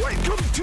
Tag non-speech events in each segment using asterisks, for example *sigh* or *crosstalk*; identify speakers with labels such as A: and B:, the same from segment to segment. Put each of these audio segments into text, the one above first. A: Welcome to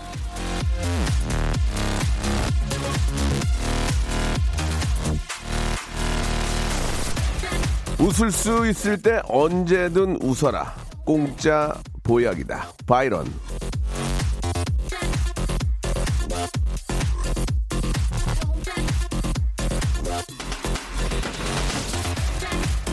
B: 웃을 수 있을 때 언제든 웃어라 공짜 보약이다 바이런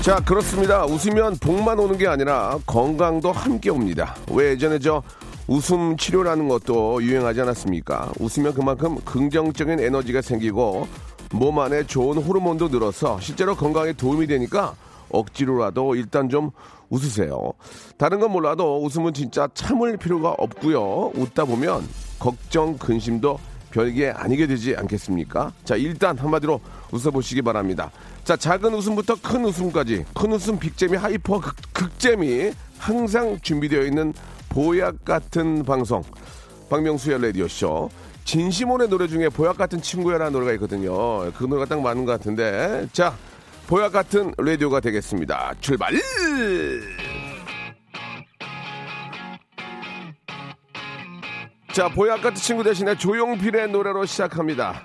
B: 자 그렇습니다 웃으면 복만 오는 게 아니라 건강도 함께 옵니다 왜 예전에 저 웃음 치료라는 것도 유행하지 않았습니까 웃으면 그만큼 긍정적인 에너지가 생기고 몸 안에 좋은 호르몬도 늘어서 실제로 건강에 도움이 되니까 억지로라도 일단 좀 웃으세요 다른 건 몰라도 웃음은 진짜 참을 필요가 없고요 웃다 보면 걱정 근심도 별게 아니게 되지 않겠습니까? 자, 일단 한마디로 웃어보시기 바랍니다. 자, 작은 웃음부터 큰 웃음까지, 큰 웃음, 빅재미, 하이퍼, 극, 극재미, 항상 준비되어 있는 보약 같은 방송. 박명수의 라디오쇼. 진시몬의 노래 중에 보약 같은 친구야라는 노래가 있거든요. 그 노래가 딱 맞는 것 같은데. 자, 보약 같은 라디오가 되겠습니다. 출발! 자, 보약 같은 친구 대신에 조용필의 노래로 시작합니다.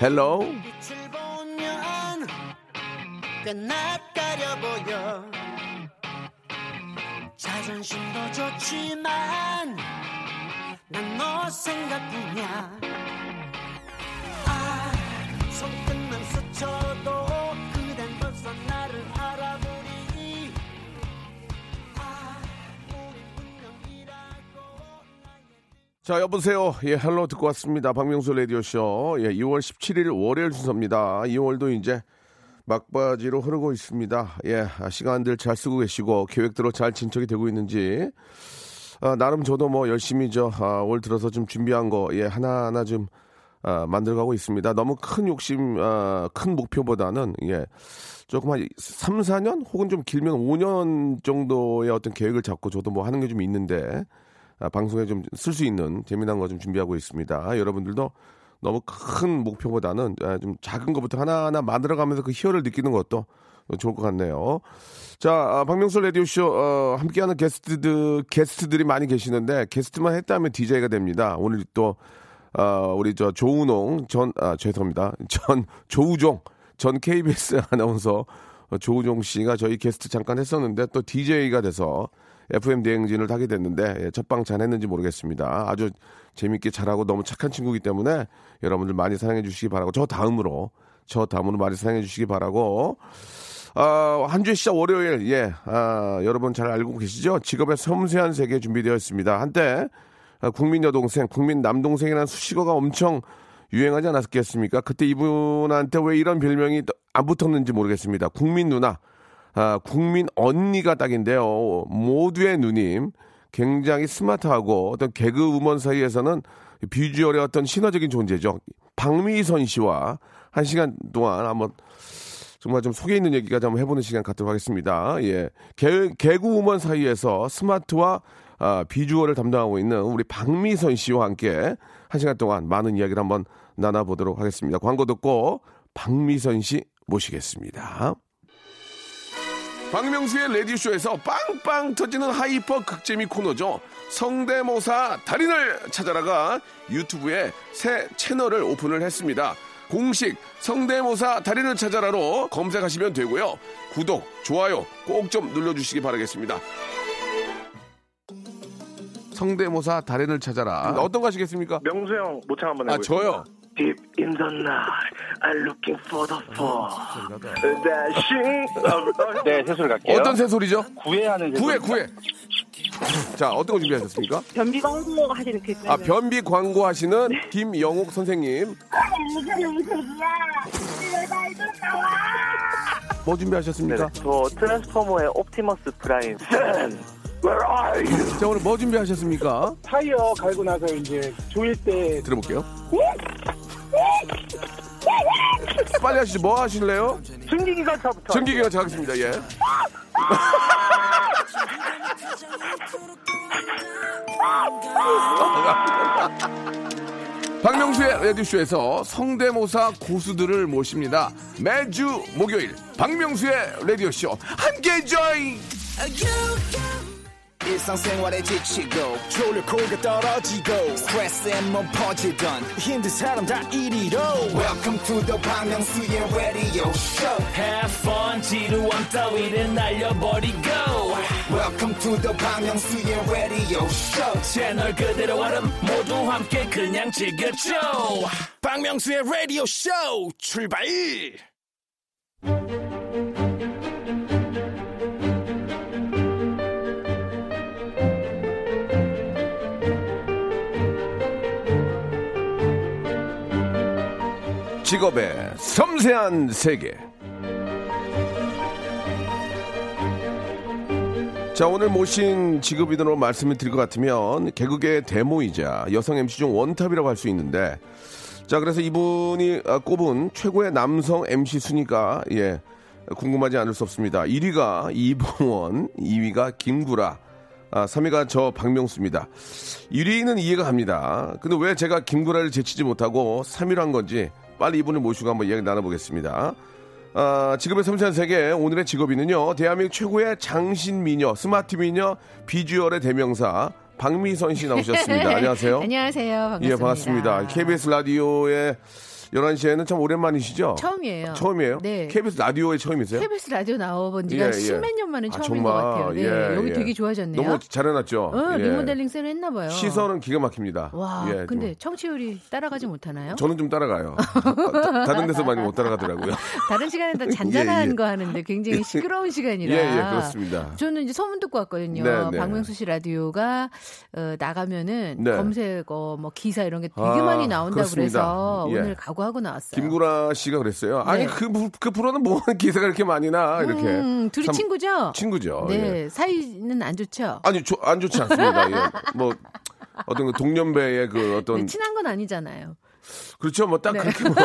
B: 헬로우.
C: 빛을 보면 꽤 낯가려 보여 자존심도 좋지만 난 너 생각뿐이야 아 손끝만 스쳐도 그댄 벌써 나를 알아보니 아 우리 분명이라고
B: 자, 여보세요. 예, 헬로 듣고 왔습니다. 박명수 라디오쇼. 예, 2월 17일 월요일 순서입니다. 2월도 이제 막바지로 흐르고 있습니다. 예, 아, 시간들 잘 쓰고 계시고 계획대로 잘 진척이 되고 있는지. 아, 나름 저도 뭐 열심히 저, 아, 올 들어서 좀 준비한 거, 예, 하나하나 좀, 아, 만들어가고 있습니다. 너무 큰 욕심, 아, 큰 목표보다는, 예, 조금 한 3, 4년? 혹은 좀 길면 5년 정도의 어떤 계획을 잡고 저도 뭐 하는 게 좀 있는데, 아, 방송에 좀 쓸 수 있는 재미난 거 좀 준비하고 있습니다. 아, 여러분들도 너무 큰 목표보다는 아, 좀 작은 것부터 하나하나 만들어가면서 그 희열을 느끼는 것도 좋을 것 같네요. 자, 아, 박명수 라디오쇼, 어, 함께하는 게스트들, 게스트들이 많이 계시는데, 게스트만 했다면 DJ가 됩니다. 오늘 또, 아, 우리 저 조은홍 전, 아, 죄송합니다. *laughs* 전, 조우종, 전 KBS *laughs* 아나운서 어, 조우종 씨가 저희 게스트 잠깐 했었는데, 또 DJ가 돼서 FM 대행진을 타게 됐는데, 예, 첫방 잘 했는지 모르겠습니다. 아주 재밌게 잘하고 너무 착한 친구이기 때문에 여러분들 많이 사랑해 주시기 바라고, 저 다음으로, 저 다음으로 많이 사랑해 주시기 바라고, 아, 한 주의 시작 월요일, 예. 아, 여러분 잘 알고 계시죠? 직업의 섬세한 세계 준비되어 있습니다. 한때, 아, 국민 여동생, 국민 남동생이라는 수식어가 엄청 유행하지 않았겠습니까? 그때 이분한테 왜 이런 별명이 또안 붙었는지 모르겠습니다. 국민 누나, 아, 국민 언니가 딱인데요. 모두의 누님, 굉장히 스마트하고 어떤 개그 우먼 사이에서는 비주얼의 어떤 신화적인 존재죠. 박미선 씨와 한 시간 동안 한번 정말 좀 속에 있는 얘기까지 한번 해보는 시간 갖도록 하겠습니다. 예. 개, 개구우먼 사이에서 스마트와 아, 비주얼을 담당하고 있는 우리 박미선 씨와 함께 한 시간 동안 많은 이야기를 한번 나눠보도록 하겠습니다. 광고 듣고 박미선 씨 모시겠습니다. 박명수의 레디쇼에서 빵빵 터지는 하이퍼 극재미 코너죠. 성대모사 달인을 찾아라가 유튜브에 새 채널을 오픈을 했습니다. 공식 성대모사 달인을 찾아라로 검색하시면 되고요. 구독, 좋아요 꼭 좀 눌러주시기 바라겠습니다. 성대모사 달인을 찾아라. 어떤 거 하시겠습니까?
D: 명수 형 모창 한번
B: 아,
D: 해보세요.
B: 저요.
D: Deep in the night, I'm looking for the fall. Dashing.
E: *laughs* 네, 세수를 갈게요.
B: 어떤 새소리죠?
E: 구애하는 세수.
B: 구해, 구해. 자, 어떤 거 준비하셨습니까?
F: 변비 광고 하시는 그 네.
B: 아, 변비 광고하시는 김영옥 선생님. 뭐 준비하셨습니까?
G: 네.
E: 저 트랜스포머의 옵티머스 프라임.
D: *laughs*
B: 자, 오늘 뭐 준비하셨습니까?
G: 타이어 갈고 나서 이제 조일 때
B: 들어볼게요. 빨리 하시죠. 뭐 하실래요?
E: 증기기관차부터.
B: 전기기가 작습니다. 예. 박명수의 라디오쇼에서 성대모사 고수들을 모십니다. 매주 목요일 박명수의 라디오쇼 함께 join.
F: 일상생활에 지치고, 졸려 코가 떨어지고, 스트레스에 몸 퍼지던, 힘든 사람 다 이리로. welcome to the Bang Myung-soo's radio show
G: Have fun 지루한 따위를 날려버리고
F: welcome to the Bang Myung-soo's radio show
G: 채널 그대로 얼음 모두 함께 그냥 즐겨줘
F: 박명수의 라디오 쇼 출발!
B: 직업의 섬세한 세계. 자, 오늘 모신 직업인으로 말씀을 드릴 것 같으면 개그계의 데모이자 여성 MC 중 원탑이라고 할 수 있는데 자, 그래서 이분이 아, 꼽은 최고의 남성 MC 순위가 예, 궁금하지 않을 수 없습니다. 1위가 이봉원, 2위가 김구라, 아, 3위가 저 박명수입니다. 1위는 이해가 갑니다. 근데 왜 제가 김구라를 제치지 못하고 3위로 한 건지 빨리 이분을 모시고 한번 이야기 나눠보겠습니다. 아, 직업의 섬세한 세계 오늘의 직업인은요 대한민국 최고의 장신 미녀 스마트 미녀 비주얼의 대명사 박미선 씨 *laughs* 나오셨습니다. 네. 안녕하세요.
H: 네. 안녕하세요. 반갑습니다.
B: 예, 반갑습니다. KBS 라디오에 11시에는 참 오랜만이시죠?
H: 처음이에요.
B: 처음이에요?
H: 네.
B: KBS 라디오에 처음이세요?
H: KBS 라디오 나와본
B: 예,
H: 지가
B: 예.
H: 십몇 년 만에
B: 아,
H: 처음인
B: 정말.
H: 것 같아요. 네,
B: 예,
H: 여기
B: 예.
H: 되게 좋아졌네요.
B: 너무 잘해놨죠?
H: 어,
B: 예.
H: 리모델링 새로 했나 봐요.
B: 시선은 기가 막힙니다.
H: 와,
B: 예, 좀.
H: 근데 청취율이 따라가지 못하나요?
B: 저는 좀
H: *laughs*
B: 따라가요. 다- 다른 데서 많이 못 따라가더라고요.
H: 다른 시간에 다
B: *laughs* 예,
H: 잔잔한
B: 예.
H: 거 하는데 굉장히 시끄러운 시간이라.
B: 예, 예, 그렇습니다.
H: 저는 이제 소문 듣고 왔거든요.
B: 네, 네.
H: 박명수 씨 라디오가 어, 나가면은
B: 네.
H: 검색어 뭐 기사 이런 게 되게
B: 아,
H: 많이 나온다 고
B: 그렇습니다.
H: 그래서
B: 예.
H: 오늘 각오하고 나왔어요.
B: 김구라 씨가 그랬어요. 아니,
H: 네.
B: 그, 부- 그 프로는 뭐 기사가 이렇게 많이 나, 이렇게.
H: 음, 둘이
B: 참-
H: 친구죠?
B: 친구죠. 예.
H: 네, 사이는 안 좋죠.
B: 아니, 조- 안 좋지 않습니다. 예. 뭐, 어떤 그 동년배의 그
H: 네,
B: 어떤
H: 친한 건 아니잖아요.
B: 그렇죠. 뭐 딱 그렇게 뭐,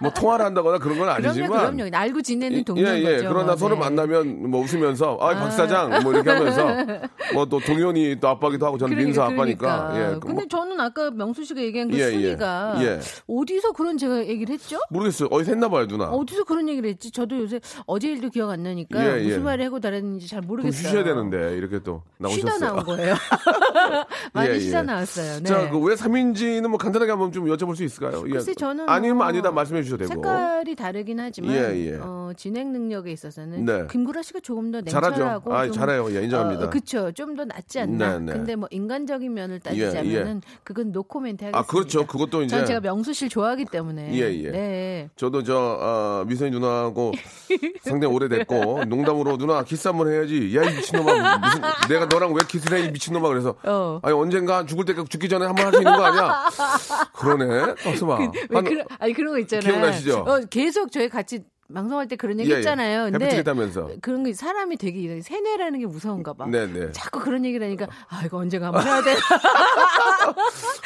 B: 뭐 통화를 한다거나 그런 건
H: 네. 그럼요,
B: 아니지만.
H: 그럼요. 알고 지내는 동료인
B: 예, 예.
H: 거죠.
B: 그러나 서로
H: 네.
B: 만나면 뭐 웃으면서 아, 박 사장 뭐 이렇게 하면서
H: *laughs*
B: 뭐 또 동현이 또 아빠기도 하고 저는 민서 아빠니까.
H: 그러니까.
B: 예. 그
H: 근데
B: 뭐
H: 저는 아까 명수 씨가 얘기한 그
B: 예, 예.
H: 순위가
B: 예.
H: 어디서 그런 제가 얘기를 했죠?
B: 모르겠어요. 어디서 했나 봐요, 누나.
H: 어디서 그런 얘기를 했지? 저도 요새 어제 일도 기억 안 나니까
B: 아. 예, 예.
H: 무슨 말을 하고 다녔는지 잘
B: 좀
H: 모르겠어요.
B: 쉬셔야 되는데 이렇게 또 나오셨어요.
H: 쉬다
B: *laughs*
H: 나온 거예요. 많이
B: 예, 예.
H: 쉬다 나왔어요. 네.
B: 자, 그 왜 3인지는 뭐 간단하게 한번 좀 여쭤볼 수 있을까요? 예.
H: 글쎄 저는
B: 아니면
H: 뭐
B: 아니다 말씀해 주셔도 되고.
H: 색깔이 다르긴 하지만
B: 예, 예.
H: 어, 진행 능력에 있어서는
B: 네.
H: 김구라 씨가 조금 더
B: 잘하죠.
H: 냉철하고
B: 아이,
H: 좀,
B: 잘해요. 예, 인정합니다.
H: 그렇죠. 좀 더 낫지
B: 네,
H: 않나.
B: 네.
H: 근데 뭐 인간적인 면을 따지자면은 그건 노코멘트 하겠습니다.
B: 아, 그렇죠. 그것도 이제
H: 전 제가 명수 씨를 좋아하기 때문에.
B: 예, 예.
H: 네.
B: 저도 저 어, 미선이
H: *laughs*
B: 누나하고 상당히 오래됐고 농담으로 누나 키스 한 번 해야지 야 이 미친놈아 무슨, 내가 너랑 왜 키스를 해이 미친놈아 그래서
H: 어.
B: 아니 언젠가 죽을 때그 죽기 전에 한 번 할 수 있는 거 아니야 그러네 가수마
H: 왜 그런 아니 그런 거 있잖아요.
B: 기억나시죠?
H: 어, 계속 저희 같이 방송할 때 그런 얘기
B: 예, 예.
H: 했잖아요. 근데
B: 해프치겠다면서
H: 그런 게 사람이 되게 이런 세뇌라는 게 무서운가 봐.
B: 네네
H: 자꾸 그런 얘기를 하니까 아 이거 언젠가 한번 해야 돼.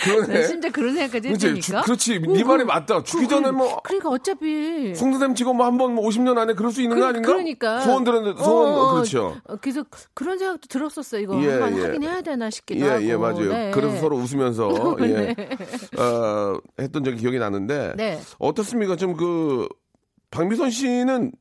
B: 그러네
H: 아, 진짜 그런 생각까지
B: 예. 그렇지 주-
H: 했으니까.
B: 그렇지
H: 오,
B: 네 말이
H: 그럼-
B: 맞다 죽기 전에 뭐
H: 그러니까 어차피
B: 송선생 치고 뭐 한번 뭐 50년 안에 그럴 수 있는 거 아닌가
H: 그러니까
B: 소원 들었는데 소원
H: 어, 어,
B: 그렇죠
H: 어, 그래서 그런 생각도 들었었어 이거
B: 예,
H: 한번
B: 예.
H: 하긴 해야 되나 싶기도 하고.
B: 예, 예, 맞아요.
H: 네.
B: 그래서 서로
H: *laughs*
B: 웃으면서, 예, 어, 했던 적이 기억이 나는데,
H: 네.
B: 어떻습니까? 좀 그, 박미선 씨는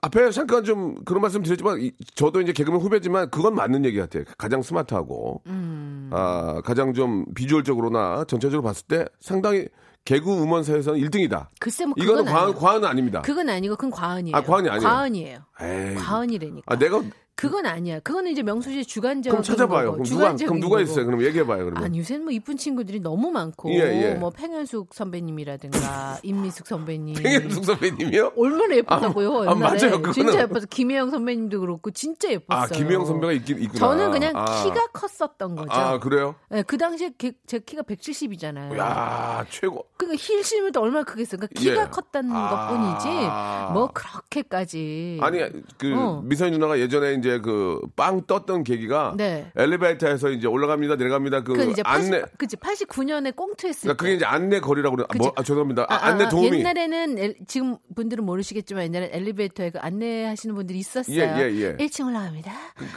B: 앞에 잠깐 좀 그런 말씀 드렸지만, 이- 저도 이제 개그맨 후배지만, 그건 맞는 얘기 같아요. 가장 스마트하고,
H: 음.
B: 아, 가장 좀 비주얼적으로나 전체적으로 봤을 때 상당히 개그 우먼사에서는 1등이다.
H: 글쎄 뭐
B: 이거는
H: 그건
B: 과언,
H: 아니고
B: 과언은 아닙니다.
H: 그건 아니고 그건 과언이에요.
B: 아, 과언이 아니에요?
H: 과언이에요.
B: 에이.
H: 과언이라니까.
B: 아, 내가,
H: 그건 아니야. 그거는 이제 명수 씨의 주관적인
B: 그럼 찾아봐요.
H: 거고,
B: 그럼 누가,
H: 주관적인
B: 그럼 누가
H: 거고.
B: 있어요? 그럼 얘기해봐요, 그러면. *laughs*
H: 아니 요새는 뭐 이쁜 친구들이 너무 많고
B: 예, 예.
H: 뭐 팽현숙
B: *laughs*
H: 선배님이라든가 임미숙 선배님
B: 팽현숙 선배님이요?
H: 얼마나 예뻤다고요
B: 아,
H: 옛날에
B: 맞아요. 그거는-
H: 진짜 예뻐서 김혜영 선배님도 그렇고 진짜 예뻤어요
B: 아, 김혜영 선배가 있긴 있구나.
H: 저는 그냥
B: 아.
H: 키가 컸었던 거죠
B: 아, 그래요?
H: 예, 그 당시에 게- 제 키가 170이잖아요
B: 야 최고.
H: 그러니까 힐 신으면 또 얼마나 크겠어 그러니까 키가
B: 예.
H: 컸다는
B: 아.
H: 것뿐이지 뭐 그렇게까지
B: 아니, 그,
H: 어.
B: 미선 누나가 예전에 이제 그 빵 떴던 계기가
H: 네.
B: 엘리베이터에서 이제 올라갑니다 내려갑니다 그
H: 그건 이제
B: 안내
H: 80, 그치 89년에 꽁트했을
B: 그러니까 그게 이제 안내 거리라고 그래. 아, 뭐,
H: 그치.
B: 아, 죄송합니다. 아, 안내 도우미.
H: 옛날에는 엘- 지금 분들은 모르시겠지만 옛날에 엘리베이터에 그 안내하시는 분들이 있었어요.
B: 예, 예, 그, 예.
H: 1층 올라갑니다.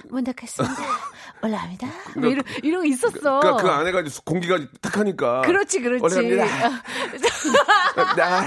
H: 문 닫겠습니다. 올라갑니다. 뭐 이런 이런 거 있었어.
B: 그, 그러니까 그 안에가 이제 공기가 탁 하니까.
H: 렇지 어. 그렇지.
B: 올라갑니다. 나-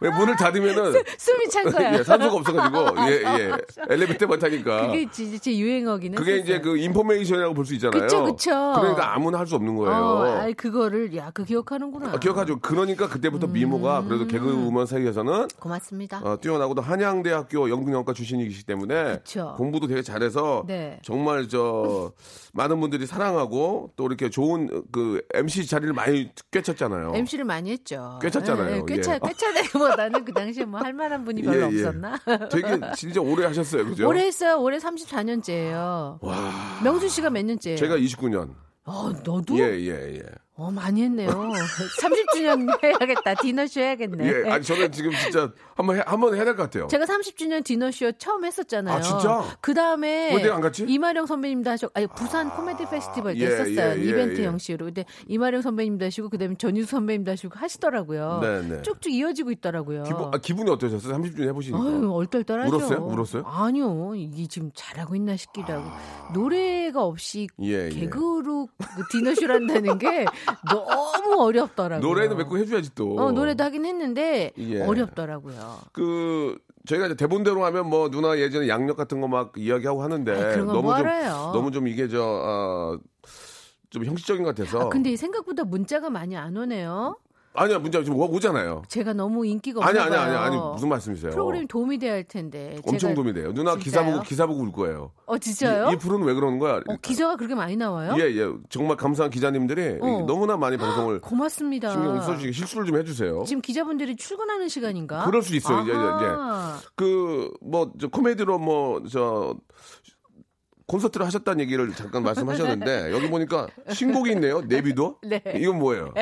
B: 왜 문을 닫으면은
H: *laughs* 숨이 찬 거야. 아,
B: 예, 산소가
H: *laughs*
B: 없어가지고 예, 예. 엘리베이터 못 타니까.
H: 그게 지- 제 유행어기는.
B: 그게 이제 그 인포메이션이라고 볼 수 있잖아요.
H: 그쵸, 그쵸.
B: 러니까 아무나 할 수 없는 거예요.
H: 어, 아이 그거를 야 그 기억하는구나.
B: 아, 기억하죠. 그러니까 그때부터
H: 음.
B: 미모가 그래도 개그우먼 사이에서는
H: 고맙습니다.
B: 어, 뛰어나고도 한양대학교 연극영화 출신이기 때문에
H: 그쵸.
B: 공부도 되게 잘해서
H: 네.
B: 정말
H: *laughs*
B: 저 많은 분들이 사랑하고 또 이렇게 좋은 그 MC 자리를 많이 꿰쳤잖아요.
H: MC를 많이 했죠.
B: 꿰찼잖아요.
H: 예, 예, 꿰차
B: 예.
H: 꿰차다기보다는 그 당시에 뭐 할 만한 분이
B: *laughs* 예, 예.
H: 별로 없었나? *laughs*
B: 되게 진짜 오래 하셨어요, 그죠?
H: 올해 했어요. 올해 34년째예요.
B: 와.
H: 명준 씨가 몇 년째예요?
B: 제가 29년.
H: 어, 너도?
B: 예, 예, 예.
H: 어, 많이 했네요. *laughs* 30주년 해야겠다. 디너쇼 해야겠네.
B: 예, 아니 저는 지금 진짜 한번 해, 한번 해야 될 것 같아요.
H: 제가 30주년 디너쇼 처음 했었잖아요.
B: 아, 진짜?
H: 그 다음에
B: 왜 내가 안 갔지?
H: 이마령 선배님도 하셨고, 아니 부산 코미디 페스티벌 때
B: 예,
H: 했었어요.
B: 예, 예,
H: 이벤트
B: 예.
H: 형식으로. 근데 이마령 선배님도 하시고, 그 다음에 전유수 선배님도 하시고 하시더라고요.
B: 네, 네.
H: 쭉쭉 이어지고 있더라고요.
B: 기분 아, 기분이 어떠셨어요? 30주년 해보시니까.
H: 아유, 얼떨떨하죠.
B: 울었어요? 울었어요?
H: 아니요. 이게 지금 잘하고 있나 싶기도 하고. 노래가 없이
B: 예, 예.
H: 개그로 그 디너쇼를
B: *laughs*
H: 한다는 게 너무 어렵더라고요.
B: 노래는 몇 곡 해줘야지 또.
H: 어, 노래도 하긴 했는데
B: 예.
H: 어렵더라고요.
B: 그 저희가 이제 대본대로 하면 뭐 누나 예전에 양력 같은 거 막 이야기하고 하는데
H: 아이, 그런 건
B: 너무 좀
H: 멀어요.
B: 너무 좀 이게 저 어, 좀 형식적인 것 같아서
H: 아, 근데 생각보다 문자가 많이 안 오네요.
B: 아니야 문제 지금 오- 오잖아요.
H: 제가 너무 인기가
B: 아니
H: 없나
B: 아니 아니
H: 봐요.
B: 아니 무슨 말씀이세요?
H: 프로그램 도움이 돼야 할 텐데.
B: 엄청
H: 제가-
B: 도움이 돼요. 누나 기사
H: 진짜요?
B: 보고 기사 보고 울 거예요.
H: 어 진짜요?
B: 이, 이 프로는 왜 그러는 거야?
H: 어, 기사가 그렇게 많이 나와요?
B: 예, 예. 정말 감사한 기자님들이
H: 어.
B: 너무나 많이 방송을
H: 고맙습니다.
B: 신경 써주시고 실수를 좀 해주세요.
H: 지금 기자분들이 출근하는 시간인가?
B: 그럴 수 있어요. 이제, 이제, 이제.
H: 아하.
B: 그, 뭐, 저 코미디로 뭐, 저, 콘서트를 하셨다는 얘기를 잠깐
H: *laughs*
B: 말씀하셨는데, 여기 보니까 신곡이 있네요. 네비도?
H: 네.
B: 이건
H: *laughs*
B: 뭐예요?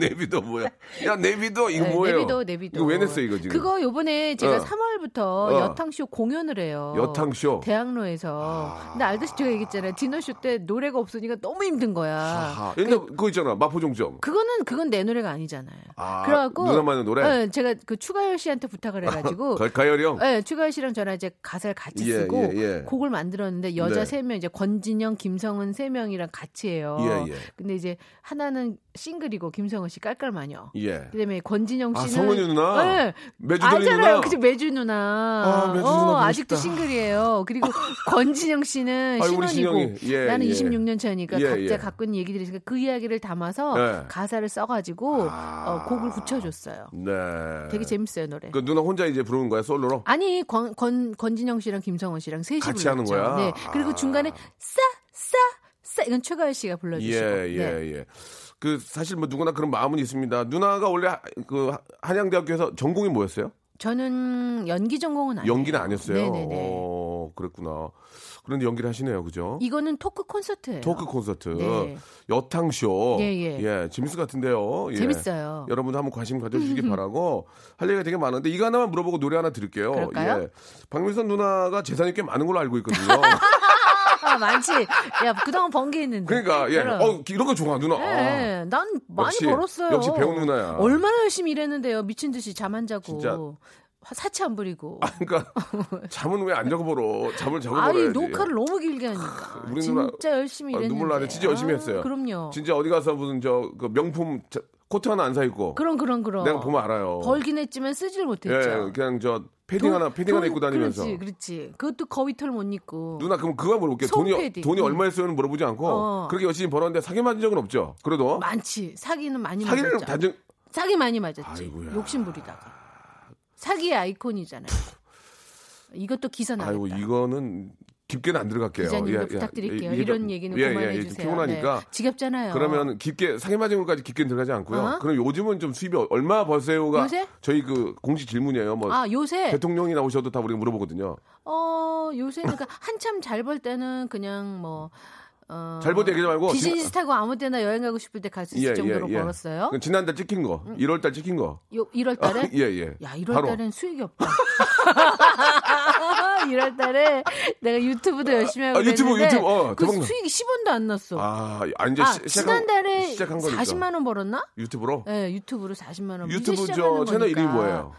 B: 네비도 뭐야? 야, 네비도? 이거
H: 네,
B: 뭐예요?
H: 내비도 내비도.
B: 이거 왜 냈어요, 이거 지금?
H: 그거 요번에 제가
B: 어.
H: 3월부터
B: 어.
H: 여탕쇼 공연을 해요.
B: 여탕쇼? 아.
H: 대학로에서. 근데 알다시피 제가 얘기했잖아요. 디너쇼 때 노래가 없으니까 너무 힘든 거야.
B: 아하. 옛날 그거 있잖아. 마포종점.
H: 그거는 그건 내 노래가 아니잖아요.
B: 아,
H: 그래갖고
B: 누나만의 노래?
H: 예, 제가 그 추가열 씨한테 부탁을
B: *laughs*
H: 해가지고
B: 가- 가열이 형?
H: 예, 추가열 씨랑 저랑 이제 가사를 같이
B: 예,
H: 쓰고
B: 예, 예.
H: 곡을 만들었는데 여자
B: 네.
H: 세 명 이제 권진영, 김성은 세 명이랑 같이 해요.
B: 예, 예.
H: 근데 이제 하나는 싱글이고 김성은 씨 깔깔마녀.
B: 예.
H: 그다음에 권진영
B: 아,
H: 씨는
B: 성은이 누나?
H: 예.
B: 매주돌이
H: 알잖아요.
B: 누나?
H: 그치 매주 누나.
B: 아, 매주 누나 보고
H: 직도
B: 싶다.
H: 싱글이에요.
B: *laughs*
H: 그리고 권진영 씨는
B: 아이고, 우리
H: 신혼이고
B: 진영이. 예,
H: 나는
B: 예.
H: 26년 차니까
B: 예,
H: 각자
B: 예.
H: 갖고 있는 얘기들이 있으니까 그 이야기를 담아서
B: 예.
H: 가사를 써가지고
B: 아.
H: 어, 곡을 붙여줬어요.
B: 네.
H: 되게 재밌어요 노래.
B: 그 누나 혼자 이제 부르는 거야, 솔로로?
H: 아니 권, 권 권진영 씨랑 김성원 씨랑 셋이
B: 같이
H: 불렀죠.
B: 하는 거야?
H: 네. 그리고
B: 아.
H: 중간에 싸 싸 싸 이건 최가열 씨가 불러주시고.
B: 예, 예,
H: 네.
B: 예. 그 사실 뭐 누구나 그런 마음은 있습니다. 누나가 원래 하- 그 하- 한양대학교에서 전공이 뭐였어요?
H: 저는 연기 전공은 아니에요.
B: 연기는 아니었어요.
H: 네네네.
B: 어, 그랬구나. 그런데 연기를 하시네요, 그죠?
H: 이거는 토크 콘서트예요.
B: 토크 콘서트,
H: 네.
B: 여탕쇼,
H: 예, 예.
B: 재밌을 것 같은데요. 예.
H: 재밌어요.
B: 여러분도 한번 관심 가져주시기
H: *laughs*
B: 바라고 할 얘기가 되게 많은데 이거 하나만 물어보고 노래 하나 들을게요.
H: 그럴까요?
B: 예. 박민선 누나가 재산이 꽤 많은 걸로 알고
H: *laughs*
B: 있거든요.
H: 아, 많지. 야, 그동안 번 게 있는데.
B: 그러니까 예,
H: 그럼.
B: 어 이런 거 좋아 누나. 아.
H: 예, 난 많이
B: 역시,
H: 벌었어요.
B: 역시 배운 누나야.
H: 얼마나 열심히 일했는데요. 미친 듯이 잠 안 자고.
B: 진짜.
H: 화- 사치 안 부리고.
B: 그러니까 잠은 왜 안 자고 벌어? 잠을 자고
H: *laughs* 아, 이
B: 벌어야지.
H: 녹화를 너무 길게 하니까.
B: 우리
H: 진짜
B: 누나-
H: 열심히
B: 아,
H: 일했는데.
B: 눈물 나네. 진짜 열심히
H: 아,
B: 했어요.
H: 그럼요.
B: 진짜 어디 가서 무슨 저그 명품 자- 코트 하나 안 사 입고
H: 그럼 그럼 그럼.
B: 내가 보면 알아요.
H: 벌긴 했지만 쓰질
B: 예,
H: 못했죠.
B: 그냥 저 패딩 하나 패딩 하나 입고 다니면서
H: 그렇지, 그렇지. 그것도 거위털 못 입고.
B: 누나 그럼 그거 물어볼게요. 돈이
H: 손패딩.
B: 돈이
H: 음.
B: 얼마였어요는 물어보지 않고
H: 어.
B: 그렇게 열심히 벌었는데 사기 맞은 적은 없죠. 그래도
H: 많지. 사기는 많이
B: 사기를
H: 맞았죠.
B: 단정
H: 사기 많이 맞았지.
B: 아이고야.
H: 욕심부리다가. 사기의 아이콘이잖아요. 이것도 기사 나겠다.
B: 아이고 이거는 깊게는 안 들어갈게요.
H: 기자님도
B: 예, 예.
H: 부탁드릴게요.
B: 이게
H: 이런
B: 좀-
H: 얘기는
B: 예, 예,
H: 그만해
B: 예, 좀
H: 주세요.
B: 피곤하니까
H: 네. 지겹잖아요.
B: 그러면 깊게 상해 맞은 것까지 깊게는 들어가지 않고요.
H: 어?
B: 그럼 요즘은 좀 수입이 얼마 버세요가
H: 요새?
B: 저희 그 공식 질문이에요. 뭐
H: 아 요새
B: 대통령이 나오셔도 다 우리가 물어보거든요.
H: 어 요새는 그러니까 한참 잘 벌 때는 그냥 뭐 어,
B: 잘 보자 얘기하지 말고 예,
H: 비즈니스 타고 아무 때나 여행 가고 싶을 때 갈 수 있을 정도로 벌었어요. 음.
B: 그건 지난달 찍힌 거, 1월달 찍힌 거. 아, *laughs*
H: 요 1월 달에
B: 예, 예.
H: 야 1월
B: 바로.
H: 달엔 *laughs* 수익이 없다. 1월 달에 내가 유튜브도 열심히 하고
B: 아, 유튜브,
H: 그랬는데
B: 유튜브, 어,
H: 그
B: 대박나.
H: 수익이 10원도 안 났어. 아,
B: 아, 아 이제 시, 작한
H: 지난달에
B: 시작한 거니까.
H: 40만 원 벌었나?
B: 유튜브로?
H: 예, 유튜브로 40만 원.
B: 유튜브 저 채널 이름이 뭐예요?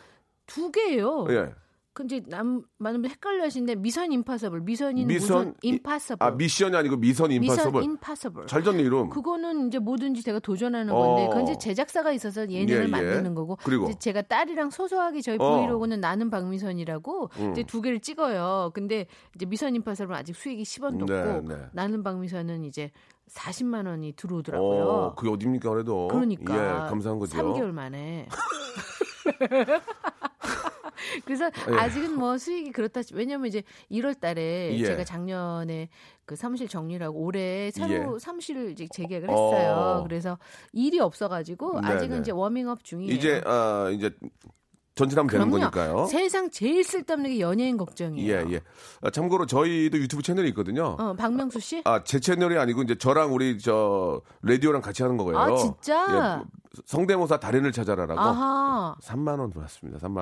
H: 두 개예요.
B: 예.
H: 근데 남 많은 분 헷갈려 하시는데 미선 임파서블. 미선인
B: 미선
H: 무슨 임파서블.
B: 아, 미션이 아니고 미선 임파서블.
H: 뭐 미선 임파서블.
B: 잘 졌네 이름.
H: 그거는 이제 뭐든지 제가 도전하는
B: 어.
H: 건데 그건 이제 제작사가 있어서 예능을
B: 예, 예.
H: 만드는 거고
B: 그리고?
H: 이제 제가 딸이랑 소소하게 저희
B: 어. 음.
H: 브이로그는 나는 박미선이라고 이제 두 개를 찍어요. 근데 이제 미선 임파서블은 아직 수익이 10원도
B: 네,
H: 없고
B: 네.
H: 나는 박미선은 이제 40만 원이 들어오더라고요.
B: 어, 그게 어딥니까 그래도.
H: 그러니까
B: 예, 감사한 거죠.
H: 3개월
B: *laughs*
H: 만에. 그래서
B: 예.
H: 아직은 뭐 수익이 그렇다. 치- 왜냐면 이제 1월 달에
B: 예.
H: 제가 작년에 그 사무실 정리라고 올해 새로
B: 예.
H: 사무실을 이제 재계약을
B: 어.
H: 했어요. 그래서 일이 없어 가지고
B: 네,
H: 아직은
B: 네.
H: 이제 워밍업 중이에요.
B: 이제 아, 이제 전진하면 되는
H: 그럼요.
B: 거니까요.
H: 세상 제일 쓸데없는 게 연예인 걱정이에요.
B: 예, 예. 아, 참고로 저희도 유튜브 채널이 있거든요.
H: 어, 박명수 씨?
B: 아, 제 채널이 아니고 이제 저랑 우리 저 라디오랑 같이 하는 거예요.
H: 아, 진짜?
B: 예, 성대모사 달인을 찾아라라고
H: 아하.
B: 3만 원 들어왔습니다. 3만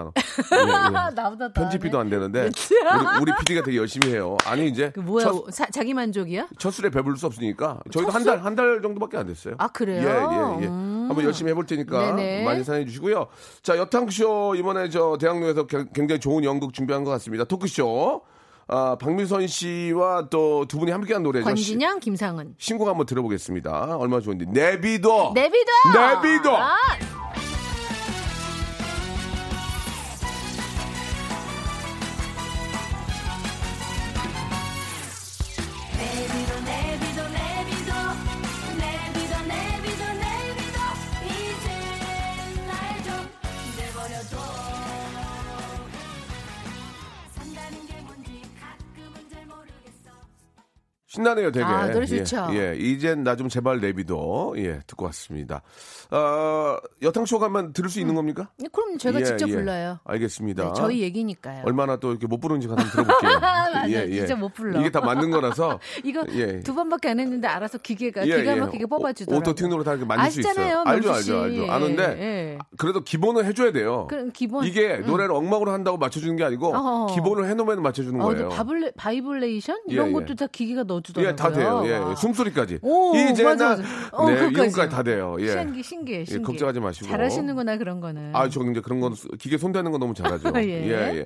B: 원.
H: *laughs*
B: 예, 예.
H: 아, 나보다 더
B: 편집비도
H: 아, 하네.
B: 안 되는데
H: 진짜?
B: 우리, 우리 PD가 되게 열심히 해요. 아니 이제
H: 그 뭐야?
B: 첫,
H: 사- 자기 만족이야?
B: 첫 술에 배부를 수 없으니까 저희도
H: 첫
B: 한 달 한 달 정도밖에 안 됐어요.
H: 아, 그래요?
B: 예, 예, 예.
H: 음.
B: 한번 열심히 해볼 테니까
H: 네네.
B: 많이 사랑해 주시고요. 자, 여탕쇼 이번에 저 대학로에서 겨- 굉장히 좋은 연극 준비한 것 같습니다. 토크쇼. 아, 박미선 씨와 또 두 분이 함께한 노래죠. 시-
H: 권진영, 김상은.
B: 신곡 한번 들어보겠습니다. 얼마나 좋은지. 내비도.
H: 내비둬!
B: 어. 내비둬!
H: 아,
B: 신나네요, 되게.
H: 아,
B: 예,
H: 노래 좋죠.
B: 예, 이젠 나 좀 제발 내비둬. 예, 듣고 왔습니다. 아, 여탕쇼 가면 들을 수 있는 겁니까?
H: 그럼 음. 제가
B: 예,
H: 직접
B: 예.
H: 불러요.
B: 알겠습니다.
H: 네, 저희 얘기니까요.
B: 얼마나 또 이렇게 못 부르는지 한번 들어볼게요.
H: *laughs*
B: 예,
H: 맞아요. 진짜 못 불러.
B: 이게 다 맞는
H: *laughs*
B: 거라서.
H: 이거
B: 예.
H: 두 번밖에 안 했는데 알아서 기계가
B: 예,
H: 기가
B: 예.
H: 그러니까 막히게
B: 오-
H: 뽑아주더라고요.
B: 오토튠으로 다 이렇게 만들 수 있어요.
H: 아시잖아요,
B: 알죠,
H: 명수 씨.
B: 알죠, 알죠. 아는데
H: 예.
B: 그래도 기본을 해줘야 돼요.
H: 그럼 기본. 음.
B: 이게 노래를 엉망으로 한다고 맞춰주는 게 아니고
H: 어허.
B: 기본을 해놓으면 맞춰주는
H: 어,
B: 거예요.
H: 근데 바블레, 바이블레이션
B: 예,
H: 이런
B: 예.
H: 것도 다 기계가 넣어주더라고요.
B: 예, 다 돼요. 예,
H: 와.
B: 숨소리까지.
H: 오,
B: 이제
H: 맞아,
B: 나
H: 맞아. 어,
B: 네,
H: 그거까지.
B: 이거까지 다 돼요. 예.
H: 신기 신기해, 신기해.
B: 걱정하지 마시고.
H: 잘하시는구나 그런 거는.
B: 아, 저 이제 그런 건 수- 기계 손대는 건 너무 잘하죠.
H: *laughs* 예.
B: 예. 예,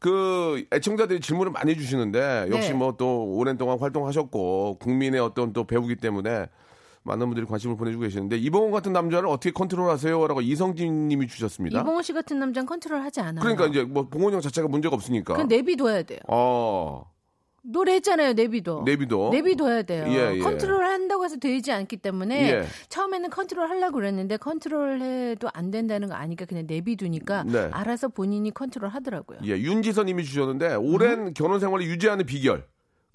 B: 그 애청자들이 질문을 많이 주시는데 역시
H: 네.
B: 뭐 또 오랜 동안 활동하셨고 국민의 어떤 또 배우기 때문에 많은 분들이 관심을 보내주고 계시는데 이봉호 같은 남자를 어떻게 컨트롤하세요라고 이성진님이 주셨습니다.
H: 이봉호 씨 같은 남자는 컨트롤하지 않아요.
B: 그러니까 이제 뭐 봉호 형 자체가 문제가 없으니까.
H: 그건 네. 내비둬야 돼요.
B: 어
H: 노래했잖아요, 내비둬.
B: 내비도
H: 내비둬야 돼요.
B: 어? 예, 예.
H: 컨트롤 한다고 해서 되지 않기 때문에
B: 예.
H: 처음에는 컨트롤 하려고 그랬는데 컨트롤 해도 안 된다는 거 아니까 그냥 내비두니까
B: 네.
H: 알아서 본인이 컨트롤 하더라고요.
B: 예 윤지선님이 주셨는데 오랜
H: 음.
B: 결혼 생활을 유지하는 비결.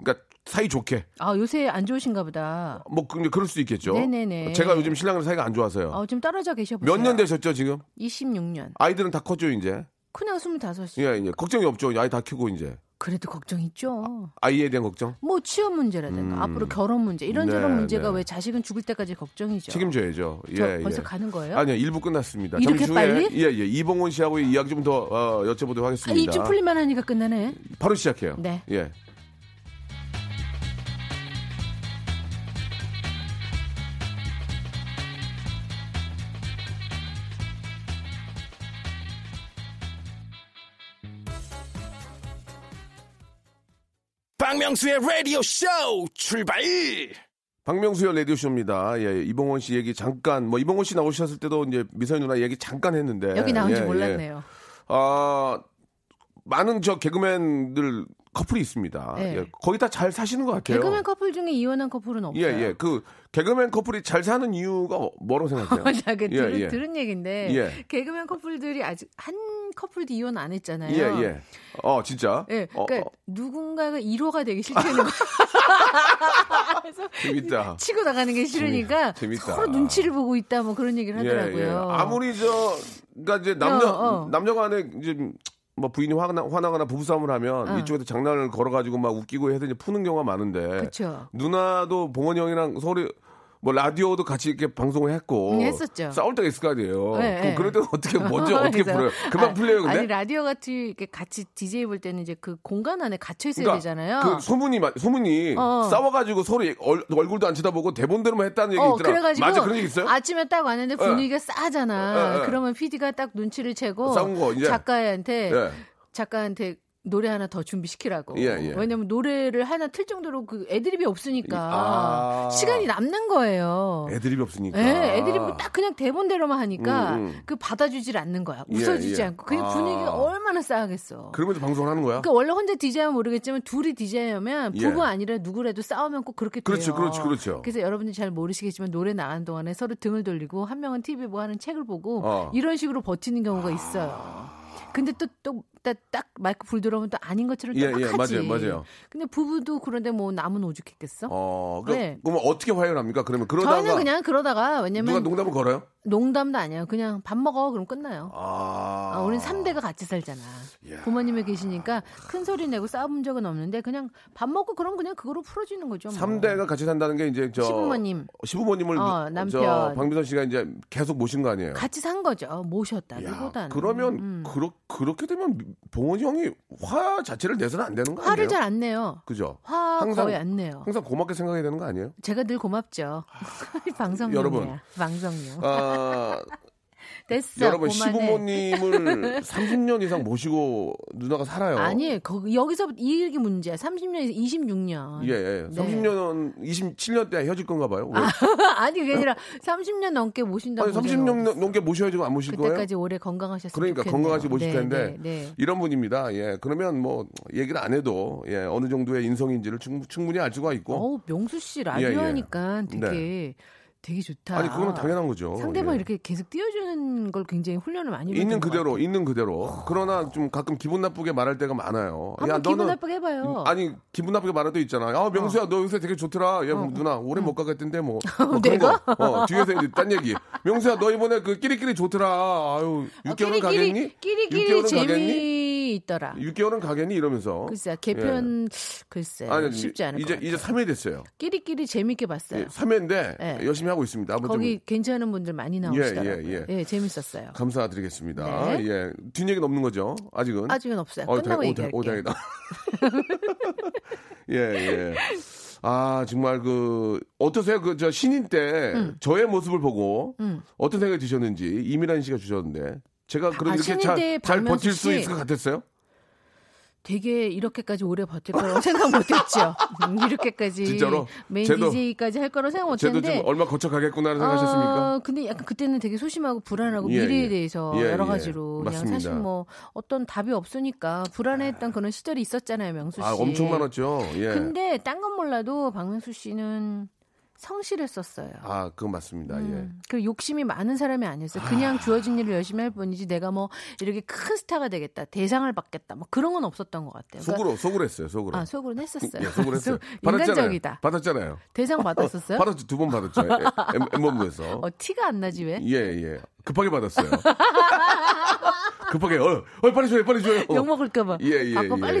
B: 그러니까 사이 좋게.
H: 아, 요새 안 좋으신가 보다.
B: 뭐 근데 그럴 수도 있겠죠.
H: 네네네.
B: 제가 요즘 신랑이랑 사이가 안 좋아서요.
H: 어, 지금 떨어져 계셔 보세요.
B: 몇 년 되셨죠 지금?
H: 26년.
B: 아이들은 다 컸죠 이제.
H: 큰애가 25시.
B: 예, 예. 걱정이 없죠. 아이 다 키고 이제
H: 그래도 걱정 있죠.
B: 아이에 대한 걱정
H: 뭐 취업 문제라든가 앞으로 결혼 문제
B: 음.
H: 이런저런
B: 네,
H: 문제가
B: 네.
H: 왜 자식은 죽을 때까지 걱정이죠.
B: 책임져야죠. 예,
H: 저
B: 예.
H: 벌써 가는 거예요?
B: 아니요, 일부 끝났습니다.
H: 이렇게
B: 잠시 후에
H: 빨리?
B: 예, 예. 이봉원 씨하고 의 이야기 좀 더 어, 여쭤보도록
H: 아,
B: 하겠습니다.
H: 입좀 풀릴만 하니까 끝나네.
B: 바로 시작해요.
H: 네.
B: 예.
A: 박명수의 라디오 쇼 출발
B: 박명수의 라디오 쇼입니다. 예, 예. 이봉원 씨 얘기 잠깐 뭐 이봉원 씨 나오셨을 때도 이제 미선 누나 얘기 잠깐 했는데
H: 여기 나온 지
B: 예, 예.
H: 몰랐네요.
B: 아 많은 저 개그맨들 커플이 있습니다.
H: 네.
B: 예, 거의 다 잘 사시는 것 같아요.
H: 개그맨 커플 중에 이혼한 커플은 없어요.
B: 예, 예. 그 개그맨 커플이 잘 사는 이유가 뭐라고 생각해요?
H: *laughs* 자, 그
B: 예,
H: 들은,
B: 예.
H: 들은 얘기인데
B: 예.
H: 개그맨 커플들이 아직 한 커플도 이혼 안 했잖아요.
B: 예, 예. 어, 진짜?
H: 예,
B: 어,
H: 그러니까
B: 어,
H: 누군가가 1호가 되기 싫다는 거예요. *laughs* 그래서
B: 재밌다.
H: *laughs* 치고 나가는 게 싫으니까
B: 재미- 재밌다. 예,
H: 서로 눈치를 보고 있다 뭐 그런 얘기를 하더라고요.
B: 아무리 저, 그러니까 이제 남녀,
H: 어, 어.
B: 남녀 간에 이제 뭐 부인이 화나, 화나거나 부부싸움을 하면
H: 어.
B: 이쪽에서 장난을 걸어가지고 막 웃기고 해서 이제 푸는 경우가 많은데.
H: 그렇죠.
B: 누나도 봉원이 형이랑 서로 뭐 라디오도 같이 이렇게 방송을 했고
H: 음, 했었죠.
B: 싸울 때가 있을 거 아니에요.
H: 네,
B: 그럼
H: 네.
B: 그럴 때는
H: *laughs*
B: 어떻게 먼저 어떻게
H: 그래서-
B: 풀어요? 금방
H: 아,
B: 풀려요, 근데.
H: 아니 라디오 같이 이렇게 같이 DJ 볼 때는 이제 그 공간 안에 갇혀 있어야 되잖아요.
B: 그 소문이 마- 소문이
H: 어.
B: 싸워가지고 서로 얘- 얼, 얼굴도 안 쳐다보고 대본대로만 했다는 얘기
H: 어,
B: 있더라.
H: 그래가지고
B: 맞아 그런 얘기 있어요? 어.
H: 아침에 딱 왔는데 분위기가 싸잖아.
B: 예, 예.
H: 그러면 PD가 딱 눈치를 채고
B: 싸운 거 이제.
H: 작가한테
B: 예.
H: 작가한테 노래 하나 더 준비시키라고.
B: 예, 예.
H: 왜냐면 노래를 하나 틀 정도로 그 애드립이 없으니까
B: 아.
H: 시간이 남는 거예요.
B: 애드립이 없으니까.
H: 예, 애드립을 딱 그냥 대본대로만 하니까
B: 음, 음.
H: 그 받아주질 않는 거야.
B: 예,
H: 웃어주지
B: 예.
H: 않고 그냥
B: 아.
H: 분위기가 얼마나 싸하겠어.
B: 그러면서 방송을 하는 거야?
H: 그러니까 원래 혼자 DJ하면 모르겠지만 둘이 DJ하면 부부
B: 예.
H: 아니라 누구라도 싸우면 꼭 그렇게 돼요.
B: 그렇죠, 그렇죠, 그렇죠.
H: 래서 여러분들이 잘 모르시겠지만 노래 나가는 동안에 서로 등을 돌리고 한 명은 TV 보고 하는 책을 보고
B: 어. 아.
H: 이런 식으로 버티는 경우가 있어요. 근데 또또딱 딱 마이크 불 들어오면 또 아닌 것처럼 또
B: 예,
H: 막
B: 예,
H: 하지.
B: 맞아요, 맞아요.
H: 근데 부부도 그런데 뭐 남은 오죽했겠어?
B: 어, 그,
H: 네.
B: 그러면 어떻게 화해합니까? 그러면 그러다가
H: 저희는 그냥 그러다가 왜냐면
B: 누가 농담을 걸어요?
H: 농담도 아니야. 그냥 밥 먹어. 그럼 끝나요.
B: 아, 예.
H: 아, 우린 3대가 같이 살잖아. 부모님이 계시니까 큰 소리 내고 싸운 적은 없는데 그냥 밥 먹고 그럼 그냥 그거로 풀어주는 거죠. 뭐.
B: 대가 같이 산다는 게 이제 저
H: 시부모님.
B: 시부모님을
H: 어,
B: 저
H: 남편.
B: 박민선 씨가 이제 계속 모신 거 아니에요?
H: 같이 산 거죠. 모셨다. 음.
B: 야,
H: 누구다.
B: 그러면 그러, 그렇게 되면 봉원 형이 화 자체를 내서는 안 되는 거 아니에요?
H: 화를 잘 안 내요.
B: 그죠?
H: 화
B: 항상-
H: 거의 안 내요.
B: 항상 고맙게 생각해야 되는 거 아니에요?
H: 제가 늘 고맙죠. *laughs* 방송용이야.
B: 여러분.
H: 방송용. *laughs*
B: 아,
H: 됐어.
B: 여러분
H: 그만해. *laughs*
B: 시부모님을 30년 이상 모시고 누나가 살아요.
H: 아니, 거기 여기서 이 얘기 문제야. 30년에서 26년.
B: 예, 예.
H: 네.
B: 30년, 27년 때 헤어질 건가 봐요. 왜?
H: *laughs* 아니, 그게 아니라 30년 넘게 모신다고.
B: 아니, 30년 넘게 모셔야지 안 모실 거예요?
H: 그때까지 오래 건강하셨으면
B: 그러니까
H: 좋겠네요.
B: 건강하시고 모실
H: 네,
B: 텐데
H: 네, 네.
B: 이런 분입니다. 예, 그러면 뭐 얘기를 안 해도 예 어느 정도의 인성인지를 충, 충분히 알 수가 있고.
H: 어우, 명수 씨 라디오
B: 예, 예.
H: 하니까 되게 되게 좋다.
B: 아니 그거는 당연한 거죠.
H: 상대방
B: 예.
H: 이렇게 계속 띄워주는 걸 굉장히 훈련을 많이 받은
B: 있는
H: 것
B: 그대로
H: 같아요.
B: 있는 그대로. 그러나 좀 가끔 기분 나쁘게 말할 때가 많아요.
H: 한번 기분 어. 나쁘게 해봐요.
B: 아니 기분 나쁘게 말할 때 있잖아. 아 명수야 너 요새 되게 좋더라. 야 누나 오래 못 가겠던데
H: *laughs*
B: 뭐. 뭐 그런
H: 어. 내가?
B: 거. 어, 뒤에서 이제 딴 얘기. 명수야 너 이번에 그 끼리끼리 좋더라. 아유
H: 어,
B: 6개월은 가겠니?
H: 끼리끼리
B: 6개월은 가겠니?
H: 재미 있더라.
B: 6개월은 가겠니 이러면서.
H: 글쎄 개편 글쎄
B: 예. 아니,
H: 쉽지 않을
B: 이제
H: 것
B: 이제
H: 같아요.
B: 3회 됐어요.
H: 끼리끼리 재밌게 봤어요.
B: 예, 3회인데
H: 예.
B: 열심히 하고 있습니다. 한번
H: 거기
B: 좀
H: 괜찮은 분들 많이 나오시더라고요.
B: 예, 예, 예.
H: 재밌었어요.
B: 감사드리겠습니다.
H: 네.
B: 예. 뒷얘기는 없는 거죠? 아직은.
H: 아직은 없어요.
B: 어,
H: 끝나고
B: 다- 오, 다-
H: 얘기할게요.
B: 오, 다행이다.
H: *laughs*
B: 예, 예. 아, 정말 그 어떠세요? 그 저 신인 때 저의 모습을 보고
H: 음.
B: 어떤 생각이 드셨는지 이미란 씨가 주셨는데 제가 그럼
H: 아,
B: 이렇게
H: 신인
B: 자-
H: 때
B: 잘,
H: 박명수
B: 버틸 수
H: 씨.
B: 있을 것 같았어요?
H: 되게 이렇게까지 오래 버틸 거라고 *laughs*
B: *laughs*
H: 생각 못했죠. 음, 이렇게까지
B: 진짜로?
H: 메인
B: 쟤도-
H: DJ까지 할 거라고 생각
B: 쟤도 좀
H: 못했는데.
B: 얼마 거쳐가겠구나 생각하셨습니까?
H: 어, 근데 약간 그때는 되게 소심하고 불안하고
B: 예,
H: 미래에
B: 예.
H: 대해서
B: 예,
H: 여러
B: 예.
H: 가지로 그냥
B: 맞습니다.
H: 사실 뭐 어떤 답이 없으니까 불안했던 그런 시절이 있었잖아요, 명수 씨.
B: 아, 엄청 많았죠. 예.
H: 근데 딴 건 몰라도 박명수 씨는 성실했었어요.
B: 아, 그건 맞습니다. 예.
H: 음, 그 욕심이 많은 사람이 아니었어요. 그냥 주어진 일을 열심히 할 뿐이지 내가 뭐 이렇게 큰 스타가 되겠다, 대상을 받겠다, 뭐 그런 건 없었던 것 같아요. 그러니까-
B: 속으로 속으로 했어요. 속으로.
H: 아 속으로는 했었어요.
B: 예,
H: *laughs*
B: 속으로 했어요.
H: 속-
B: 받았잖아요.
H: 인간적이다.
B: *laughs* 받았잖아요.
H: 대상 받았었어요?
B: 받았죠. 두 번 받았죠. 엠범부에서.
H: 어 티가 안 나지 왜?
B: 예, 예. 급하게 받았어요. *laughs* 급하게, 어, 어, 빨리 줘요, 빨리 줘요.
H: 욕 먹을까봐.
B: 예, 예.
H: 아까
B: 예.
H: 빨리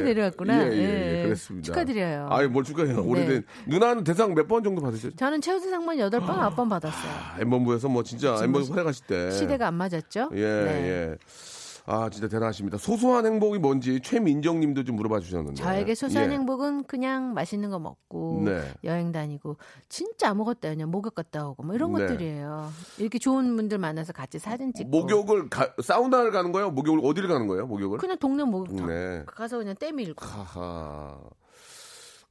B: 예,
H: 내려갔구나.
B: 예, 예. 그랬습니다.
H: 축하드려요. 네.
B: 아니, 뭘 축하해요. 오래된. 누나는 대상 몇 번 정도 받으셨죠?
H: 저는 최우수상만 8번, 9번 받았어요.
B: 엠범부에서 뭐 진짜 엠범 활약하실 때.
H: 시대가 네. 안 맞았죠?
B: 예, 예. 아, 진짜 대단하십니다. 소소한 행복이 뭔지 최민정 님도 좀 물어봐 주셨는데.
H: 저에게 소소한
B: 예.
H: 행복은 그냥 맛있는 거 먹고
B: 네.
H: 여행 다니고 진짜 아무것도 아니야 목욕 갔다 오고 뭐 이런
B: 네.
H: 것들이에요. 이렇게 좋은 분들 만나서 같이 사진 찍고
B: 목욕을, 가, 사우나를 가는 거예요? 목욕을 어디를 가는 거예요? 목욕을?
H: 그냥 동네 목욕탕
B: 네.
H: 가서 그냥 때 밀고
B: 하하.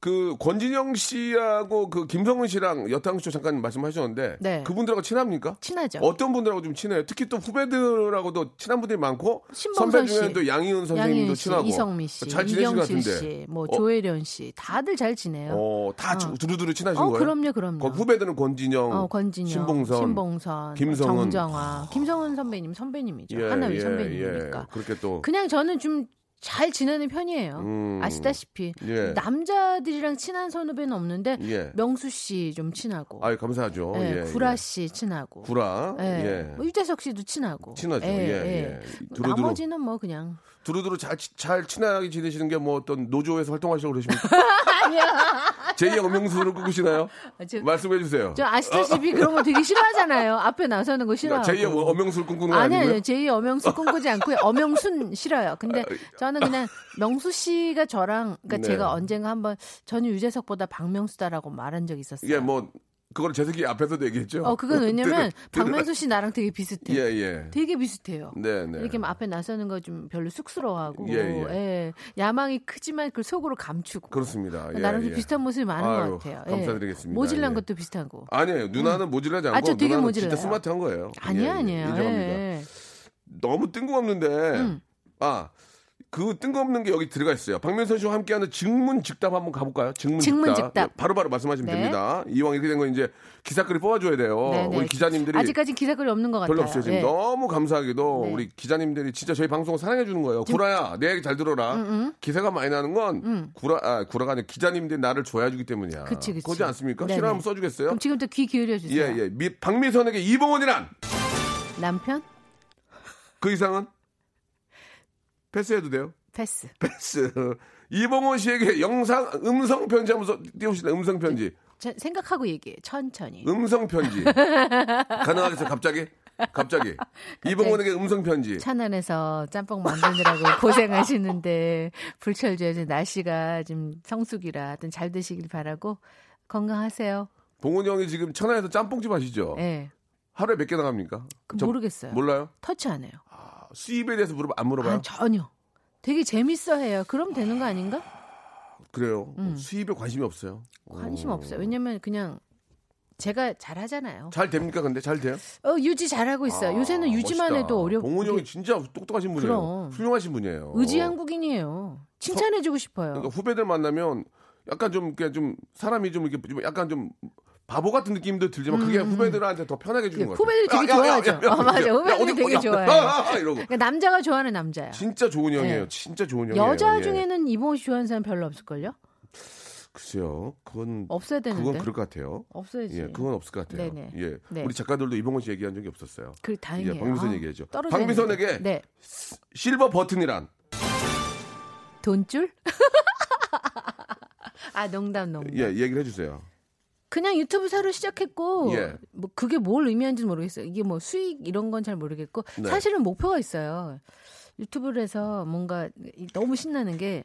B: 그 권진영 씨하고 그 김성은 씨랑 여탕쇼 잠깐 말씀하셨는데
H: 네.
B: 그분들하고 친합니까?
H: 친하죠.
B: 어떤 분들하고 좀 친해요? 특히 또 후배들하고도 친한 분들이 많고
H: 신봉선
B: 선배 중에는
H: 씨.
B: 또 양희은 선생님도
H: 양희은 씨,
B: 친하고
H: 이성미 씨,
B: 잘 지내신 것
H: 이경실
B: 같은데.
H: 씨, 뭐
B: 어,
H: 조혜련 씨 다들 잘 지내요.
B: 어, 다
H: 어.
B: 두루두루 친하신
H: 어,
B: 거예요?
H: 그럼요, 그럼요.
B: 거- 후배들은 권진영,
H: 어, 권진영,
B: 신봉선, 김성은.
H: 정정화, 김성은 선배님 선배님이죠. 하나 위 선배님이니까.
B: 예, 그렇게 또
H: 그냥 저는 좀 잘 지내는 편이에요.
B: 음.
H: 아시다시피
B: 예.
H: 남자들이랑 친한 선후배는 없는데
B: 예.
H: 명수 씨 좀 친하고,
B: 아유 감사하죠.
H: 예,
B: 예,
H: 구라
B: 예.
H: 씨 친하고,
B: 구라.
H: 예.
B: 예.
H: 뭐 유재석 씨도 친하고,
B: 친하죠. 예, 예. 두루두루.
H: 나머지는 뭐 그냥 *laughs*
B: 두루두루 잘, 치- 잘 친하게 지내시는 게 뭐 어떤 노조에서 활동하시고 그러십니까? 제2의 엄명수를 꿈꾸시나요?
H: 아, 저-
B: 말씀해 주세요.
H: 저 아시다시피 그런 거 되게 싫어하잖아요. 앞에 나서는 거 싫어하고.
B: 어, 그러니까 제2의 뭐 엄명수를 꿈꾸는 거
H: 아니
B: 아니고요?
H: 아니요 제2 엄영수 꿈꾸지 않고요
B: *laughs*
H: 엄영순 싫어요 근데 저는 그냥 명수 씨가 저랑 그러니까
B: 네.
H: 제가 언젠가 한번 저는 유재석보다 박명수다라고 말한 적이 있었어요
B: 예, 뭐 그걸 제 새끼 앞에서도 얘기했죠.
H: 어 그건 왜냐면
B: 들을-
H: 박명수 씨 나랑 되게 비슷해
B: 예,
H: 요
B: 예.
H: 되게 비슷해요
B: 네, 네.
H: 이렇게 막 앞에 나서는 거 좀 별로 쑥스러워하고
B: 예, 예.
H: 예. 야망이 크지만 그걸 속으로 감추고 그러니까
B: 그렇습니다. 예,
H: 나랑 좀
B: 예.
H: 비슷한 모습이 많은
B: 아유,
H: 것 같아요
B: 감사드리겠습니다.
H: 모질란
B: 예.
H: 것도 비슷하고
B: 아니에요. 누나는 모질라지 않고
H: 아, 저 되게
B: 누나는
H: 모질라요.
B: 진짜 스마트한 거예요.
H: 아니야
B: 예, 예.
H: 아니야
B: 인정합니다.
H: 예.
B: 너무 뜬금없는데
H: 음.
B: 아. 그 뜬금없는 게 여기 들어가 있어요. 박명선 씨와 함께하는 증문즉답 한번 가볼까요? 증문즉답.
H: 증문즉답.
B: 예, 바로바로 말씀하시면
H: 네.
B: 됩니다. 이왕 이렇게 된 건 이제 기사글이 뽑아줘야 돼요.
H: 네, 네.
B: 어, 우리 기자님들이
H: 아직까지 기사글이 없는 것 같아요
B: 별로 없어요. 지금
H: 예.
B: 너무 감사하기도
H: 네.
B: 우리 기자님들이 진짜 저희 방송 을 사랑해 주는 거예요. 구라야, 내 얘기 잘 들어라.
H: 음,
B: 기사가 많이 나는 건 구라, 아, 구라가 아니라 기자님들이 나를 줘야 주기 때문이야.
H: 그치, 그치.
B: 지 않습니까?
H: 네네.
B: 싫어하면 써주겠어요?
H: 그럼 지금부터 귀 기울여
B: 예,
H: 주세요.
B: 예. 미- 박미선에게 이봉원이란
H: 남편
B: 그 이상은 패스해도 돼요.
H: 패스.
B: 패스. 이봉원 씨에게 영상, 음성 편지 한번 띄우시다. 음성 편지.
H: 자, 생각하고 얘기해. 천천히.
B: 음성 편지. 가능하겠어요? 갑자기? 갑자기. 이봉원에게 음성 편지.
H: 찬안에서
B: *laughs*
H: 짬뽕 만드느라고 고생하시는데 불철주야 날씨가 지금 성수기라 하여튼 잘 되시길 바라고 건강하세요.
B: 봉원이 형이 지금 천안에서 짬뽕집 하시죠?
H: 예.
B: 하루에 몇 개 나갑니까?
H: 그
B: 어. 저-
H: 모르겠어요.
B: 몰라요?
H: 터치 안 해요.
B: 수입에 대해서 물어봐 안 물어봐요?
H: 아, 전혀. 되게 재밌어 해요. 그럼 되는 거 아닌가?
B: 그래요.
H: 음.
B: 수입에 관심이 없어요.
H: 관심 없어요. 왜냐면 그냥 제가 잘 하잖아요.
B: 잘 됩니까? 근데 잘 돼요?
H: 어, 유지 잘하고 어. 있어요. 요새는 유지만
B: 아, 멋있다.
H: 해도 어렵고. 그-
B: 봉훈이 형이 진짜 똑똑하신 분이에요.
H: 그럼.
B: 훌륭하신 분이에요.
H: 의지 한국인이에요. 칭찬해주고 싶어요.
B: 그러니까 후배들 만나면 약간 좀 그냥 좀 사람이 좀 이렇게 좀 약간 좀 바보 같은 느낌도 들지만 그게 후배들한테 더 편하게 주는 거예요.
H: 그 음, 후배들이 되게 좋아하죠. 어, 맞아. 후배들이 되게 좋아해요.
B: *laughs* 이러고
H: 그러니까 남자가 좋아하는 남자야.
B: 진짜 좋은 형이에요.
H: 네.
B: 진짜 좋은 형이에요.
H: 여자
B: 예.
H: 중에는 이봉호 씨 좋아하는 사람 별로 없을걸요?
B: 글쎄요. 그건
H: 없어야 되는데.
B: 그건 그럴 것 같아요.
H: 없어야지.
B: 예, 그건 없을 것 같아요.
H: 네네.
B: 예,
H: 네.
B: 우리 작가들도 이봉원 씨 얘기한 적이 없었어요.
H: 그 다행이에요.
B: 예, 박미선
H: 아,
B: 얘기하죠.
H: 떨어져야
B: 박미선에게
H: 되는데. 네.
B: 실버 버튼이란
H: 돈줄? *laughs* 아 농담 농담.
B: 예, 얘기를 해주세요.
H: 그냥 유튜브 새로 시작했고
B: 예.
H: 뭐 그게 뭘 의미하는지 는 모르겠어요. 이게 뭐 수익 이런 건 잘 모르겠고
B: 네.
H: 사실은 목표가 있어요. 유튜브를 해서 뭔가 이- 너무 신나는 게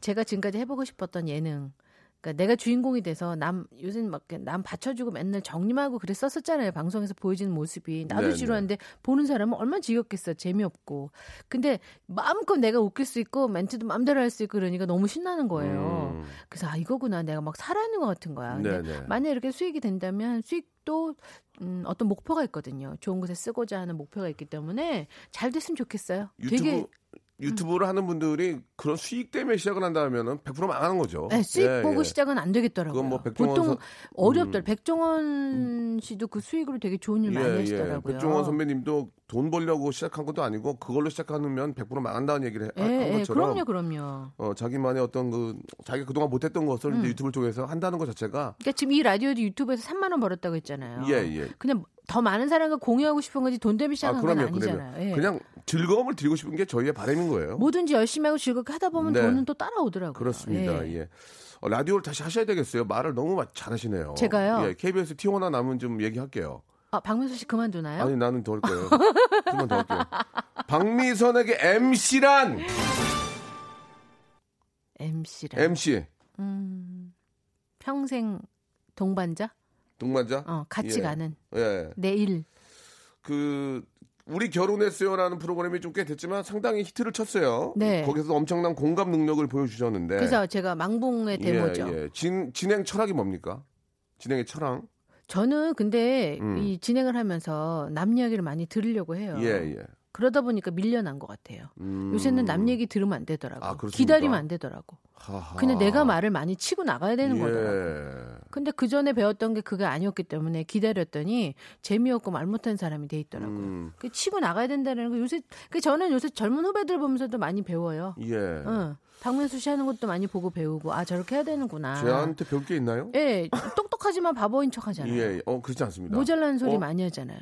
H: 제가 지금까지 해보고 싶었던 예능. 그러니까 내가 주인공이 돼서 남 요새 막남 받쳐주고 맨날 정리하고 그랬었었잖아요. 방송에서 보여지는 모습이 나도
B: 네,
H: 지루한데 보는 사람은 얼마나 지겹겠어. 재미없고. 근데 마음껏 내가 웃길 수 있고 멘트도 마음대로 할 수 있고 그러니까 너무 신나는 거예요.
B: 음.
H: 그래서 아 이거구나 내가 막 살아있는 것 같은 거야. 근데
B: 네네.
H: 만약 이렇게 수익이 된다면 수익도 음, 어떤 목표가 있거든요. 좋은 곳에 쓰고자 하는 목표가 있기 때문에 잘 됐으면 좋겠어요.
B: 유튜브
H: 되게 음.
B: 유튜브를 하는 분들이 그런 수익 때문에 시작을 한다면은 100% 망하는 거죠.
H: 네, 수익
B: 예,
H: 보고
B: 예.
H: 시작은 안 되겠더라고요.
B: 그건 뭐 백종원
H: 보통
B: 선- 음.
H: 어렵더라. 백종원 씨도 그 수익으로 되게 좋은 일 많이
B: 예, 예.
H: 하시더라고요.
B: 백종원 선배님도 돈 벌려고 시작한 것도 아니고 그걸로 시작하면 100% 망한다는 얘기를 해- 한
H: 예, 예,
B: 것처럼
H: 그럼요, 그럼요.
B: 어, 자기만의 어떤 그 자기가 그동안 못했던 것을
H: 음.
B: 이제 유튜브 쪽에서 한다는 것 자체가
H: 그러니까 지금 이 라디오도 유튜브에서 3만 원 벌었다고 했잖아요.
B: 예, 예.
H: 그냥 더 많은 사람과 공유하고 싶은 거지 돈 때문에 시작한 건 아니잖아요. 예.
B: 그냥 즐거움을 드리고 싶은 게 저희의 바람인 거예요.
H: 뭐든지 열심히 하고 즐겁게 하다 보면
B: 네.
H: 돈은 또 따라오더라고요.
B: 그렇습니다.
H: 예.
B: 예. 어, 라디오를 다시 하셔야 되겠어요. 말을 너무 마- 잘하시네요.
H: 제가요?
B: 예, KBS T1나 남은 좀 얘기할게요.
H: 아, 박명수 씨 그만두나요?
B: 아니 나는 더 할 거예요. 좀만 더
H: *laughs*
B: 할게요. 박미선에게 MC란
H: MC랑 음.
B: MC
H: 평생 동반자?
B: 동반자.
H: 어, 같이
B: 예.
H: 가는
B: 예.
H: 내일.
B: 그 우리 결혼했어요라는 프로그램이 좀 꽤 됐지만 상당히 히트를 쳤어요.
H: 네.
B: 거기서 엄청난 공감 능력을 보여주셨는데.
H: 그래서 제가 망봉의 데모죠.
B: 예, 예. 진, 진행 철학이 뭡니까? 진행의 철학.
H: 저는 근데
B: 음.
H: 이 진행을 하면서 남 이야기를 많이 들으려고 해요.
B: 예, 예.
H: 그러다 보니까 밀려난 것 같아요.
B: 음.
H: 요새는 남 얘기 들으면 안 되더라고.
B: 아, 그렇습니까?
H: 기다리면 안 되더라고.
B: 하하.
H: 그냥 내가 말을 많이 치고 나가야 되는
B: 예.
H: 거더라고. 근데 그 전에 배웠던 게 그게 아니었기 때문에 기다렸더니 재미없고 말 못한 사람이 돼 있더라고요.
B: 음.
H: 그 치고 나가야 된다는 거 요새 그 저는 요새 젊은 후배들 보면서도 많이 배워요.
B: 예.
H: 응. 박명수 씨 하는 것도 많이 보고 배우고 아 저렇게 해야 되는구나.
B: 저한테 배울 게 있나요?
H: 예, 똑똑하지만 바보인 척하잖아요.
B: 예. 어, 그렇지 않습니다.
H: 모자란 소리
B: 어?
H: 많이 하잖아요.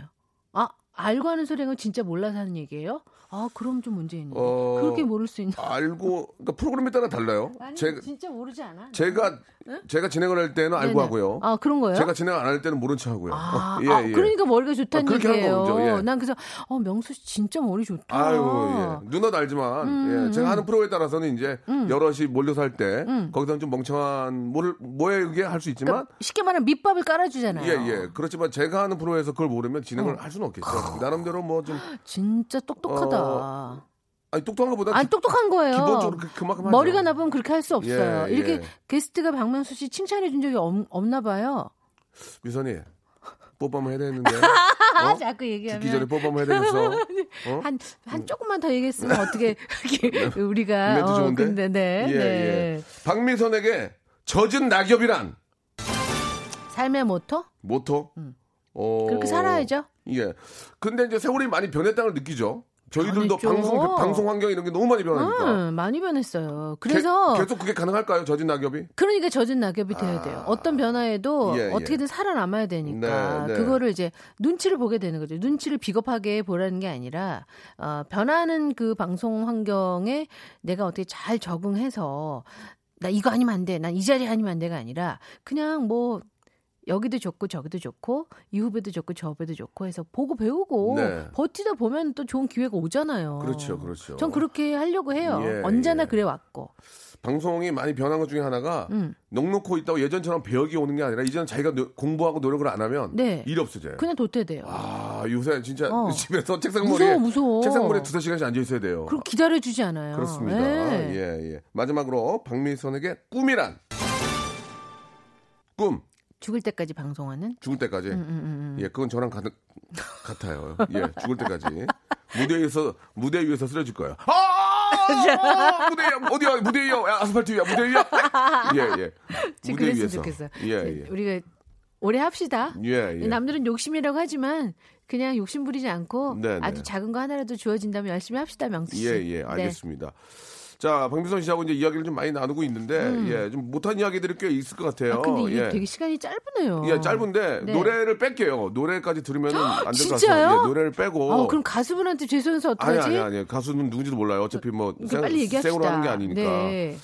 H: 아, 알고 하는 소리는 진짜 몰라서 하는 얘기예요? 아 그럼 좀 문제 있네.
B: 어.
H: 그렇게 모를 수 있는.
B: 알고 그러니까 프로그램에 따라 달라요.
H: 아니
B: 제가
H: 진짜 모르지 않아.
B: 제가 제가 진행을 할 때는 알고
H: 네네.
B: 하고요.
H: 아 그런 거예요?
B: 제가 진행 안 할 때는 모른 척 하고요.
H: 아,
B: 어, *laughs* 예,
H: 아,
B: 예.
H: 그러니까 머리가 좋다는
B: 아, 그렇게 하는
H: 얘기예요.
B: 거군요. 예.
H: 난 그래서 어, 명수 씨 진짜 머리 좋다.
B: 아유, 예. 누나도 알지만,
H: 음.
B: 예. 제가 하는 프로에 따라서는 이제 여럿이 몰려서 할 때, 거기서는 좀 멍청한, 뭐를, 뭐에 그게 할 수 있지만,
H: 그러니까 쉽게 말하면 밑밥을 깔아주잖아요.
B: 예, 예. 그렇지만 제가 하는 프로에서 그걸 모르면 진행을
H: 음.
B: 할 수는 없겠죠. 나름대로 뭐
H: *gasps*
B: 좀,
H: 진짜 똑똑하다.
B: 어, 아니, 똑똑한 것보다
H: 아니 똑똑한 거예요.
B: 기본적으로 그- 그만큼 하죠.
H: 머리가 나쁘면 그렇게 할 수 없어요.
B: 예,
H: 이렇게
B: 예.
H: 게스트가 박명수 씨 칭찬해 준 적이 없, 없나 봐요.
B: 미선이, 뽀뽀만 해야 되는데.
H: 아, *laughs*
B: 어?
H: 자꾸
B: 듣기 전에
H: 얘기하면
B: 뽀뽀만 해야
H: *laughs*
B: 되면서. 어?
H: 한 한 조금만 더 얘기했으면 어떻게
B: *laughs*
H: 이렇게 *laughs* 우리가
B: 멘트
H: 어,
B: 좋은데?
H: 근데 네.
B: 예,
H: 네.
B: 예. 박민선에게 젖은 낙엽이란
H: 삶의 모토?
B: 모토. 어...
H: 음. 그렇게 살아야죠.
B: 예. 근데 이제 세월이 많이 변했다는 걸 느끼죠. 저희들도
H: 변했죠.
B: 방송 방송 환경 이런 게 너무 많이 변하니까.
H: 음, 많이 변했어요.
B: 게-
H: 그래서
B: 계속 그게 가능할까요? 젖은 낙엽이?
H: 그러니까 젖은 낙엽이 돼야 돼요. 어떤 변화에도
B: 아. 예, 예.
H: 어떻게든 살아남아야 되니까
B: 네, 네.
H: 그거를 이제 눈치를 보게 되는 거죠. 눈치를 비겁하게 보라는 게 아니라 어, 변하는 그 방송 환경에 내가 어떻게 잘 적응해서 나 이거 아니면 안 돼. 난 이 자리 아니면 안 돼가 아니라 그냥 뭐 여기도 좋고 저기도 좋고 이 후배도 좋고 저 후배도 좋고 해서 보고 배우고
B: 네.
H: 버티다 보면 또 좋은 기회가 오잖아요.
B: 그렇죠, 그렇죠.
H: 어. 전 그렇게 하려고 해요.
B: 예,
H: 언제나
B: 예.
H: 그래 왔고.
B: 방송이 많이 변한 것 중에 하나가
H: 음.
B: 넉넉고 있다고 예전처럼 배역이 오는 게 아니라 이제는 자기가 노- 공부하고 노력을 안 하면
H: 네.
B: 일이 없어져요.
H: 그냥 도태돼요.
B: 아 요새 진짜
H: 어.
B: *laughs* 집에서
H: 무서워
B: 책상머리에
H: 무서워.
B: 책상머리에 두세 시간씩 앉아 있어야 돼요.
H: 그럼 기다려주지 않아요.
B: 그렇습니다.
H: 네.
B: 예, 예. 마지막으로 박미선에게 꿈이란 꿈
H: 죽을 때까지 방송하는.
B: 죽을 때까지
H: 음, 음, 음.
B: 예, 그건 저랑 같은 같아요. 예, 죽을 때까지 무대 위에서 무대 위에서 쓰러질 거예요. 아, 아, 무대 어디야? 무대 위야? 야, 아스팔트 위야? 무대 위야? 예, 예.
H: 지금 그랬으면 좋겠어요.
B: 예, 예.
H: 네, 우리가 오래 합시다.
B: 예, 예.
H: 남들은 욕심이라고 하지만 그냥 욕심 부리지 않고
B: 네, 네.
H: 아주 작은 거 하나라도 주어진다면 열심히 합시다, 명수 씨. 네.
B: 예, 예. 알겠습니다. 자, 박미선 씨하고 이제 이야기를 좀 많이 나누고 있는데 예, 좀 못한 이야기들이 꽤 있을 것 같아요.
H: 음. 아, 근데 이게
B: 예.
H: 되게 시간이 짧으네요.
B: 예, 짧은데
H: 네.
B: 노래를 뺄게요. 노래까지 들으면은 안 될 것 같아요.
H: 진짜요?
B: 예, 노래를 빼고
H: 아, 그럼 가수분한테 죄송해서
B: 아니
H: 어떡하지?
B: 아니 아니 가수는 누군지도 몰라요. 어차피 뭐
H: 그러니까 빨리 얘기합시다.
B: 생으로 하는 게 아니니까.
H: 네.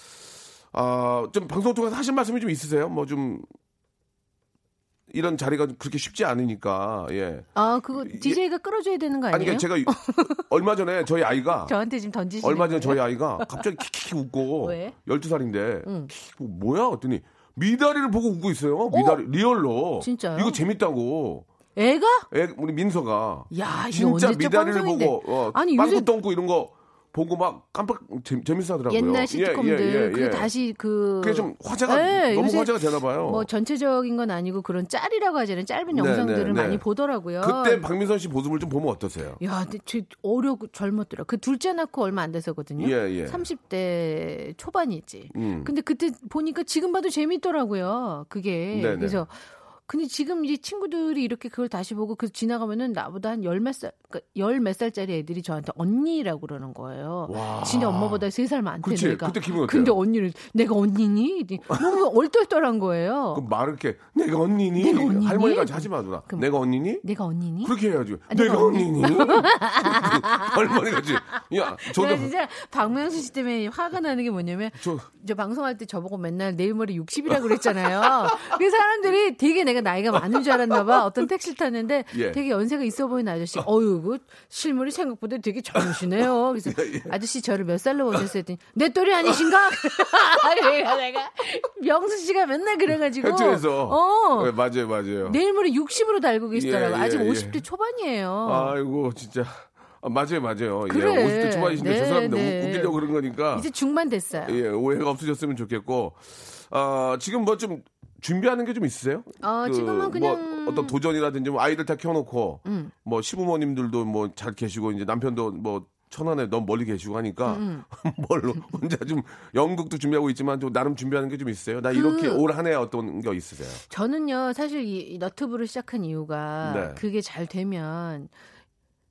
B: 아, 좀 방송 통해서 하신 말씀이 좀 있으세요? 뭐 좀 이런 자리가 그렇게 쉽지 않으니까. 예.
H: 아, 그거 DJ가 끌어줘야 되는 거
B: 아니
H: 아니에요?
B: 그러니까 제가
H: *laughs*
B: 얼마 전에 저희 아이가
H: 저한테 지금 던지시는
B: 얼마 전에
H: 거예요?
B: 저희 아이가 갑자기 킥킥 웃고
H: 왜?
B: 12살인데
H: 응.
B: 뭐야? 어더니 미다리를 보고 웃고 있어요. 미다리 리얼로.
H: 진짜요?
B: 이거 재밌다고.
H: 애가?
B: 애, 예, 우리 민서가
H: 야, 이게
B: 진짜
H: 언제적
B: 미다리를
H: 방송인데.
B: 보고 어,
H: 아니,
B: 빵꾸
H: 요새-
B: 똥꾸 이런 거 보고 막 깜빡 재, 재밌어 하더라고요. 예,
H: 옛날 시트콤들 그게 다시 그
B: 그게 좀 화제가
H: 네,
B: 너무
H: 요새
B: 화제가 되나 봐요.
H: 뭐 전체적인 건 아니고 그런 짤이라고 하잖아요. 짧은
B: 어. 네,
H: 영상들을
B: 네, 네.
H: 많이 보더라고요.
B: 그때 박민선 씨 모습을 좀 보면 어떠세요?
H: 야, 근데 쟤 어려고 젊었더라. 그 둘째 낳고 얼마 안 돼서거든요.
B: 예, 예.
H: 30대 초반이지.
B: 음.
H: 근데 그때 보니까 지금 봐도 재밌더라고요. 그게.
B: 네, 네.
H: 그래서 근데 지금 이 친구들이 이렇게 그걸 다시 보고 그 지나가면은 나보다 한 열 몇 살, 그러니까 열몇 살짜리 애들이 저한테 언니라고 그러는 거예요.
B: 와.
H: 진짜 엄마보다 세 살 많대
B: 그치?
H: 내가.
B: 그때 기분 어때요?
H: 근데 언니를 내가 언니니?
B: *laughs*
H: 너무 얼떨떨한 거예요.
B: 그 말을 이렇게 내가 언니니
H: 내가 언니니?
B: 할머니까지 하지 마 누나.
H: 그럼-
B: 내가 언니니?
H: 내가 언니니?
B: 그렇게 해야지.
H: 아,
B: 내가,
H: 내가
B: 언니니? *laughs* 할머니까지. 야, 저도
H: 제가 진짜 박명수 씨 때문에 화가 나는 게 뭐냐면
B: 저
H: 저 방송할 때 저보고 맨날 내일 머리 60이라고
B: *laughs*
H: 그랬잖아요. 그 사람들이 되게 내가 나이가 많은 줄 알았나 봐. 어떤 택시를 탔는데
B: 예.
H: 되게 연세가 있어 보이는 아저씨. 어유, 그 실물이 생각보다 되게 젊으시네요. 그래서
B: *laughs*
H: 아저씨 저를 몇 살로 보셨어요? 했더니 내 또래 아니신가? *laughs* 내가 내가 명수 씨가 맨날 그래가지고
B: 해투에서
H: 어.
B: 네, 맞아요, 맞아요.
H: 내일 머리 60으로 달고 계시더라고요.
B: 예, 예,
H: 아직
B: 예.
H: 50대 초반이에요.
B: 아이고 진짜 아, 맞아요, 맞아요.
H: 어. 그래.
B: 예, 50대 초반이신데
H: 네,
B: 죄송합니다.
H: 네.
B: 웃, 웃기려고 그런 거니까
H: 이제 중반 됐어요.
B: 예, 오해가 없으셨으면 좋겠고 아, 지금 뭐 좀 준비하는 게 좀 있으세요?
H: 어,
B: 그,
H: 지금은 그냥 음.
B: 뭐 어떤 도전이라든지 뭐 아이들 다 켜놓고 뭐 시부모님들도 뭐 잘 계시고 이제 남편도 뭐 천안에 너무 멀리 계시고 하니까
H: 음,
B: *laughs* 뭘로 혼자 좀 연극도 준비하고 있지만 좀 나름 준비하는 게 좀 있어요. 나 이렇게
H: 그
B: 올 한 해 어떤 게 있으세요?
H: 저는요 사실 이, 이 너튜브를 시작한 이유가
B: 네.
H: 그게 잘 되면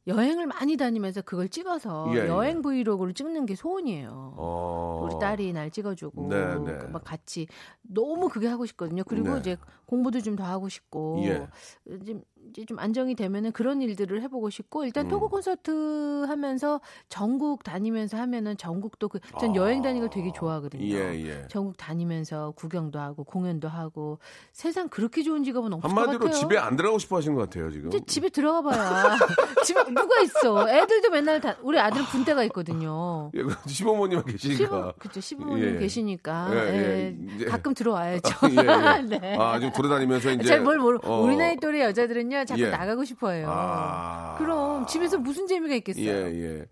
H: 여행을 많이 다니면서 그걸 찍어서
B: 예,
H: 여행 브이로그를 찍는 게 소원이에요.
B: 어.
H: 우리 딸이 날 찍어주고 그
B: 네, 네.
H: 막 같이 너무 그게 하고 싶거든요. 그리고
B: 네.
H: 이제 공부도 좀 더 하고 싶고
B: 예.
H: 좀 이제 좀 안정이 되면은 그런 일들을 해보고 싶고
B: 음.
H: 일단 토크 콘서트 하면서 전국 다니면서 하면은 전국도 그 전 여행 다니는 걸 되게 좋아하거든요.
B: 아. 예, 예.
H: 전국 다니면서 구경도 하고 공연도 하고 세상 그렇게 좋은 직업은 없을 것
B: 한마디로
H: 같아요.
B: 집에 안 들어가고 싶어 하신 것 같아요, 지금.
H: 이제 집에 들어가 봐야 *laughs* 집에 누가 있어? 애들도 맨날 다 우리 아들은 군대가 있거든요.
B: 예, 그 시부모님만
H: 시부
B: 계시니까.
H: 그죠 시부모님
B: 예.
H: 계시니까
B: 예,
H: 예,
B: 예, 이제-
H: 가끔 들어와야죠.
B: *laughs* 아, 예, 예.
H: *laughs* 네.
B: 아, 지금 돌아다니면서 이제.
H: 잘 뭘 모르.
B: 어,
H: 우리 나이 또래 여자들은요 자꾸
B: 예.
H: 나가고 싶어해요.
B: 아.
H: 그럼 집에서 무슨 재미가 있겠어요?
B: 예, 예.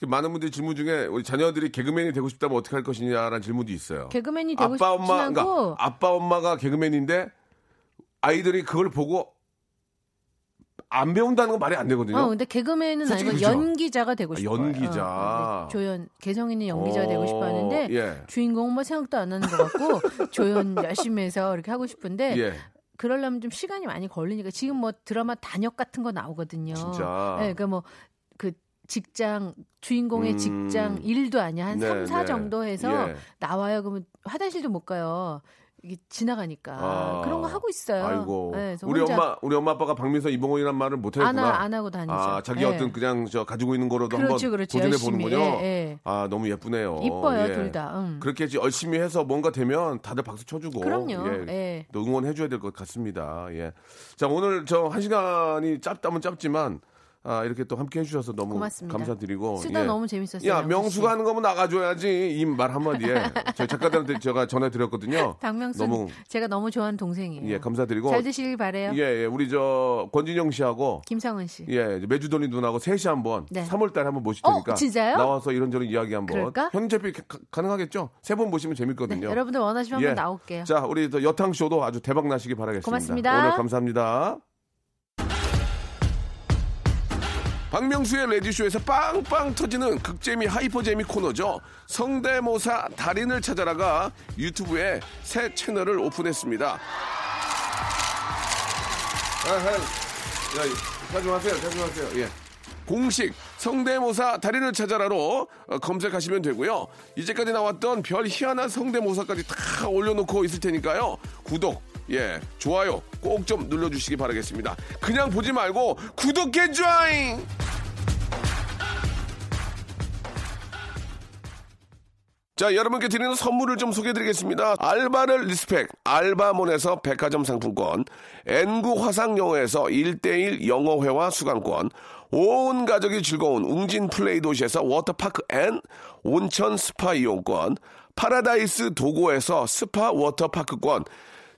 B: 그 많은 분들이 질문 중에 우리 자녀들이 개그맨이 되고 싶다면 어떻게 할 것이냐라는 질문도 있어요.
H: 개그맨이 되고 싶진
B: 아빠 엄마
H: 않고
B: 그러니까 아빠 엄마가 개그맨인데 아이들이 그걸 보고 안 배운다는 건 말이 안 되거든요.
H: 어, 근데 개그맨은
B: 솔직히
H: 아니고
B: 그죠?
H: 연기자가 되고
B: 아,
H: 싶어요.
B: 연기자.
H: 어, 근데 조연 개성 있는 연기자가 되고
B: 어,
H: 싶어 하는데
B: 예.
H: 주인공 뭐 생각도 안 하는 것 같고 *laughs* 조연 열심히 해서 이렇게 하고 싶은데
B: 예.
H: 그러려면 좀 시간이 많이 걸리니까 지금 뭐 드라마 단역 같은 거 나오거든요.
B: 진짜.
H: 네, 그러니까 뭐 그 직장 주인공의
B: 음.
H: 직장 일도 아니야 한
B: 네,
H: 삼 사
B: 네.
H: 정도 해서
B: 예.
H: 나와요. 그러면 화장실도 못 가요. 이게 지나가니까
B: 아.
H: 그런 거 하고 있어요.
B: 아이고.
H: 네, 그래서
B: 우리
H: 혼자
B: 엄마 우리 엄마 아빠가 박민서 이봉원이란 말을 못
H: 안,
B: 하겠구나.
H: 하, 안 하고 다니죠.
B: 아, 자기
H: 예.
B: 어떤 그냥 저 가지고 있는 거로도
H: 그렇죠,
B: 한번
H: 그렇죠.
B: 도전해
H: 열심히.
B: 보는군요.
H: 예, 예.
B: 아, 너무 예쁘네요.
H: 이뻐요
B: 예.
H: 둘 다. 음.
B: 그렇게 이제 열심히 해서 뭔가 되면 다들 박수 쳐주고
H: 그럼요.
B: 예,
H: 예.
B: 또 응원해줘야 될 것 같습니다. 예. 자 오늘 저 한 시간이 짧다면 짧지만 아, 이렇게 또 함께 해주셔서 너무
H: 고맙습니다.
B: 감사드리고 예.
H: 쓰다 너무 재밌었어요,
B: 야
H: 영수 씨.
B: 명수가 하는 거면 나가줘야지 이 말 한마디에 예. 저희 작가들한테 제가 전해 드렸거든요.
H: *laughs* 박명수
B: 너무
H: 제가 너무 좋아하는 동생이에요.
B: 예 감사드리고
H: 잘 되시길 바래요.
B: 예, 예 우리 저 권진영 씨하고
H: 김성은 씨.
B: 예, 이제 매주돌이 누나하고 셋이 한번
H: 네.
B: 3월 달에 한번 모실 테니까
H: 어, 진짜요?
B: 나와서 이런저런 이야기 한번
H: 그럴까?
B: 현재비 가- 가능하겠죠? 세 번 모시면
H: 네,
B: 재밌거든요.
H: 여러분들 원하시면
B: 예.
H: 한번 나올게요.
B: 자, 우리 또 여탕 쇼도 아주 대박 나시기 바라겠습니다.
H: 고맙습니다.
B: 오늘 감사합니다. 박명수의 레디쇼에서 빵빵 터지는 극재미 하이퍼재미 코너죠. 성대모사 달인을 찾아라가 유튜브에 새 채널을 오픈했습니다. 아, 한, 야, 자주 하세요, 자주 하세요. 예. 공식 성대모사 달인을 찾아라로 어, 검색하시면 되고요. 이제까지 나왔던 별 희한한 성대모사까지 다 올려놓고 있을 테니까요. 구독, 예, 좋아요 꼭 좀 눌러주시기 바라겠습니다. 그냥 보지 말고 구독해 줘잉! 자, 여러분께 드리는 선물을 좀 소개해 드리겠습니다. 알바를 리스펙, 알바몬에서 백화점 상품권, N구 화상영어에서 1대1 영어회화 수강권, 온 가족이 즐거운 웅진 플레이 도시에서 워터파크 앤 온천 스파 이용권, 파라다이스 도고에서 스파 워터파크권,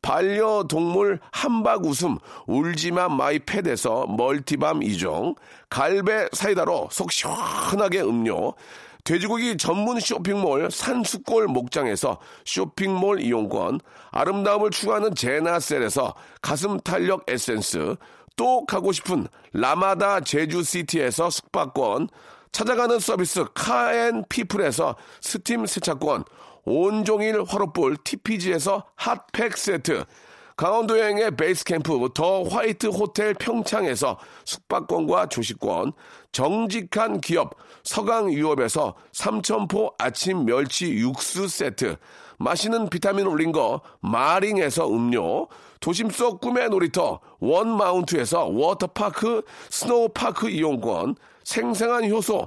B: 반려동물 한박 웃음 울지마 마이패드에서 멀티밤 2종, 갈배 사이다로 속 시원하게 음료, 돼지고기 전문 쇼핑몰 산수골 목장에서 쇼핑몰 이용권, 아름다움을 추구하는 제나셀에서 가슴 탄력 에센스, 또 가고 싶은 라마다 제주시티에서 숙박권, 찾아가는 서비스 카앤피플에서 스팀 세차권, 온종일 화롯불 TPG에서 핫팩 세트, 강원도 여행의 베이스 캠프 더 화이트 호텔 평창에서 숙박권과 조식권, 정직한 기업 서강유업에서 삼천포 아침 멸치 육수 세트, 맛있는 비타민 올린 거 마링에서 음료, 도심 속 꿈의 놀이터 원마운트에서 워터파크 스노우파크 이용권, 생생한 효소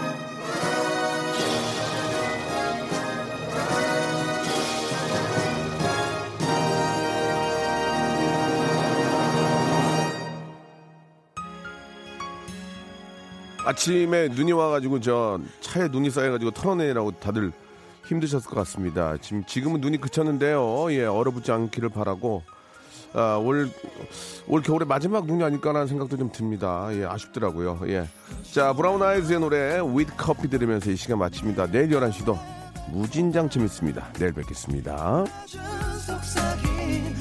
B: 아침에 눈이 와가지고 저 차에 눈이 쌓여가지고 털어내라고 다들 힘드셨을 것 같습니다. 지금 지금은 눈이 그쳤는데요. 예, 얼어붙지 않기를 바라고 아, 올, 올 겨울의 마지막 눈이 아닐까라는 생각도 좀 듭니다. 예, 아쉽더라고요. 예. 자, 브라운 아이즈의 노래, with 커피 들으면서 이 시간 마칩니다. 내일 11시도 무진장 재밌습니다. 내일 뵙겠습니다.
C: 아주 속삭인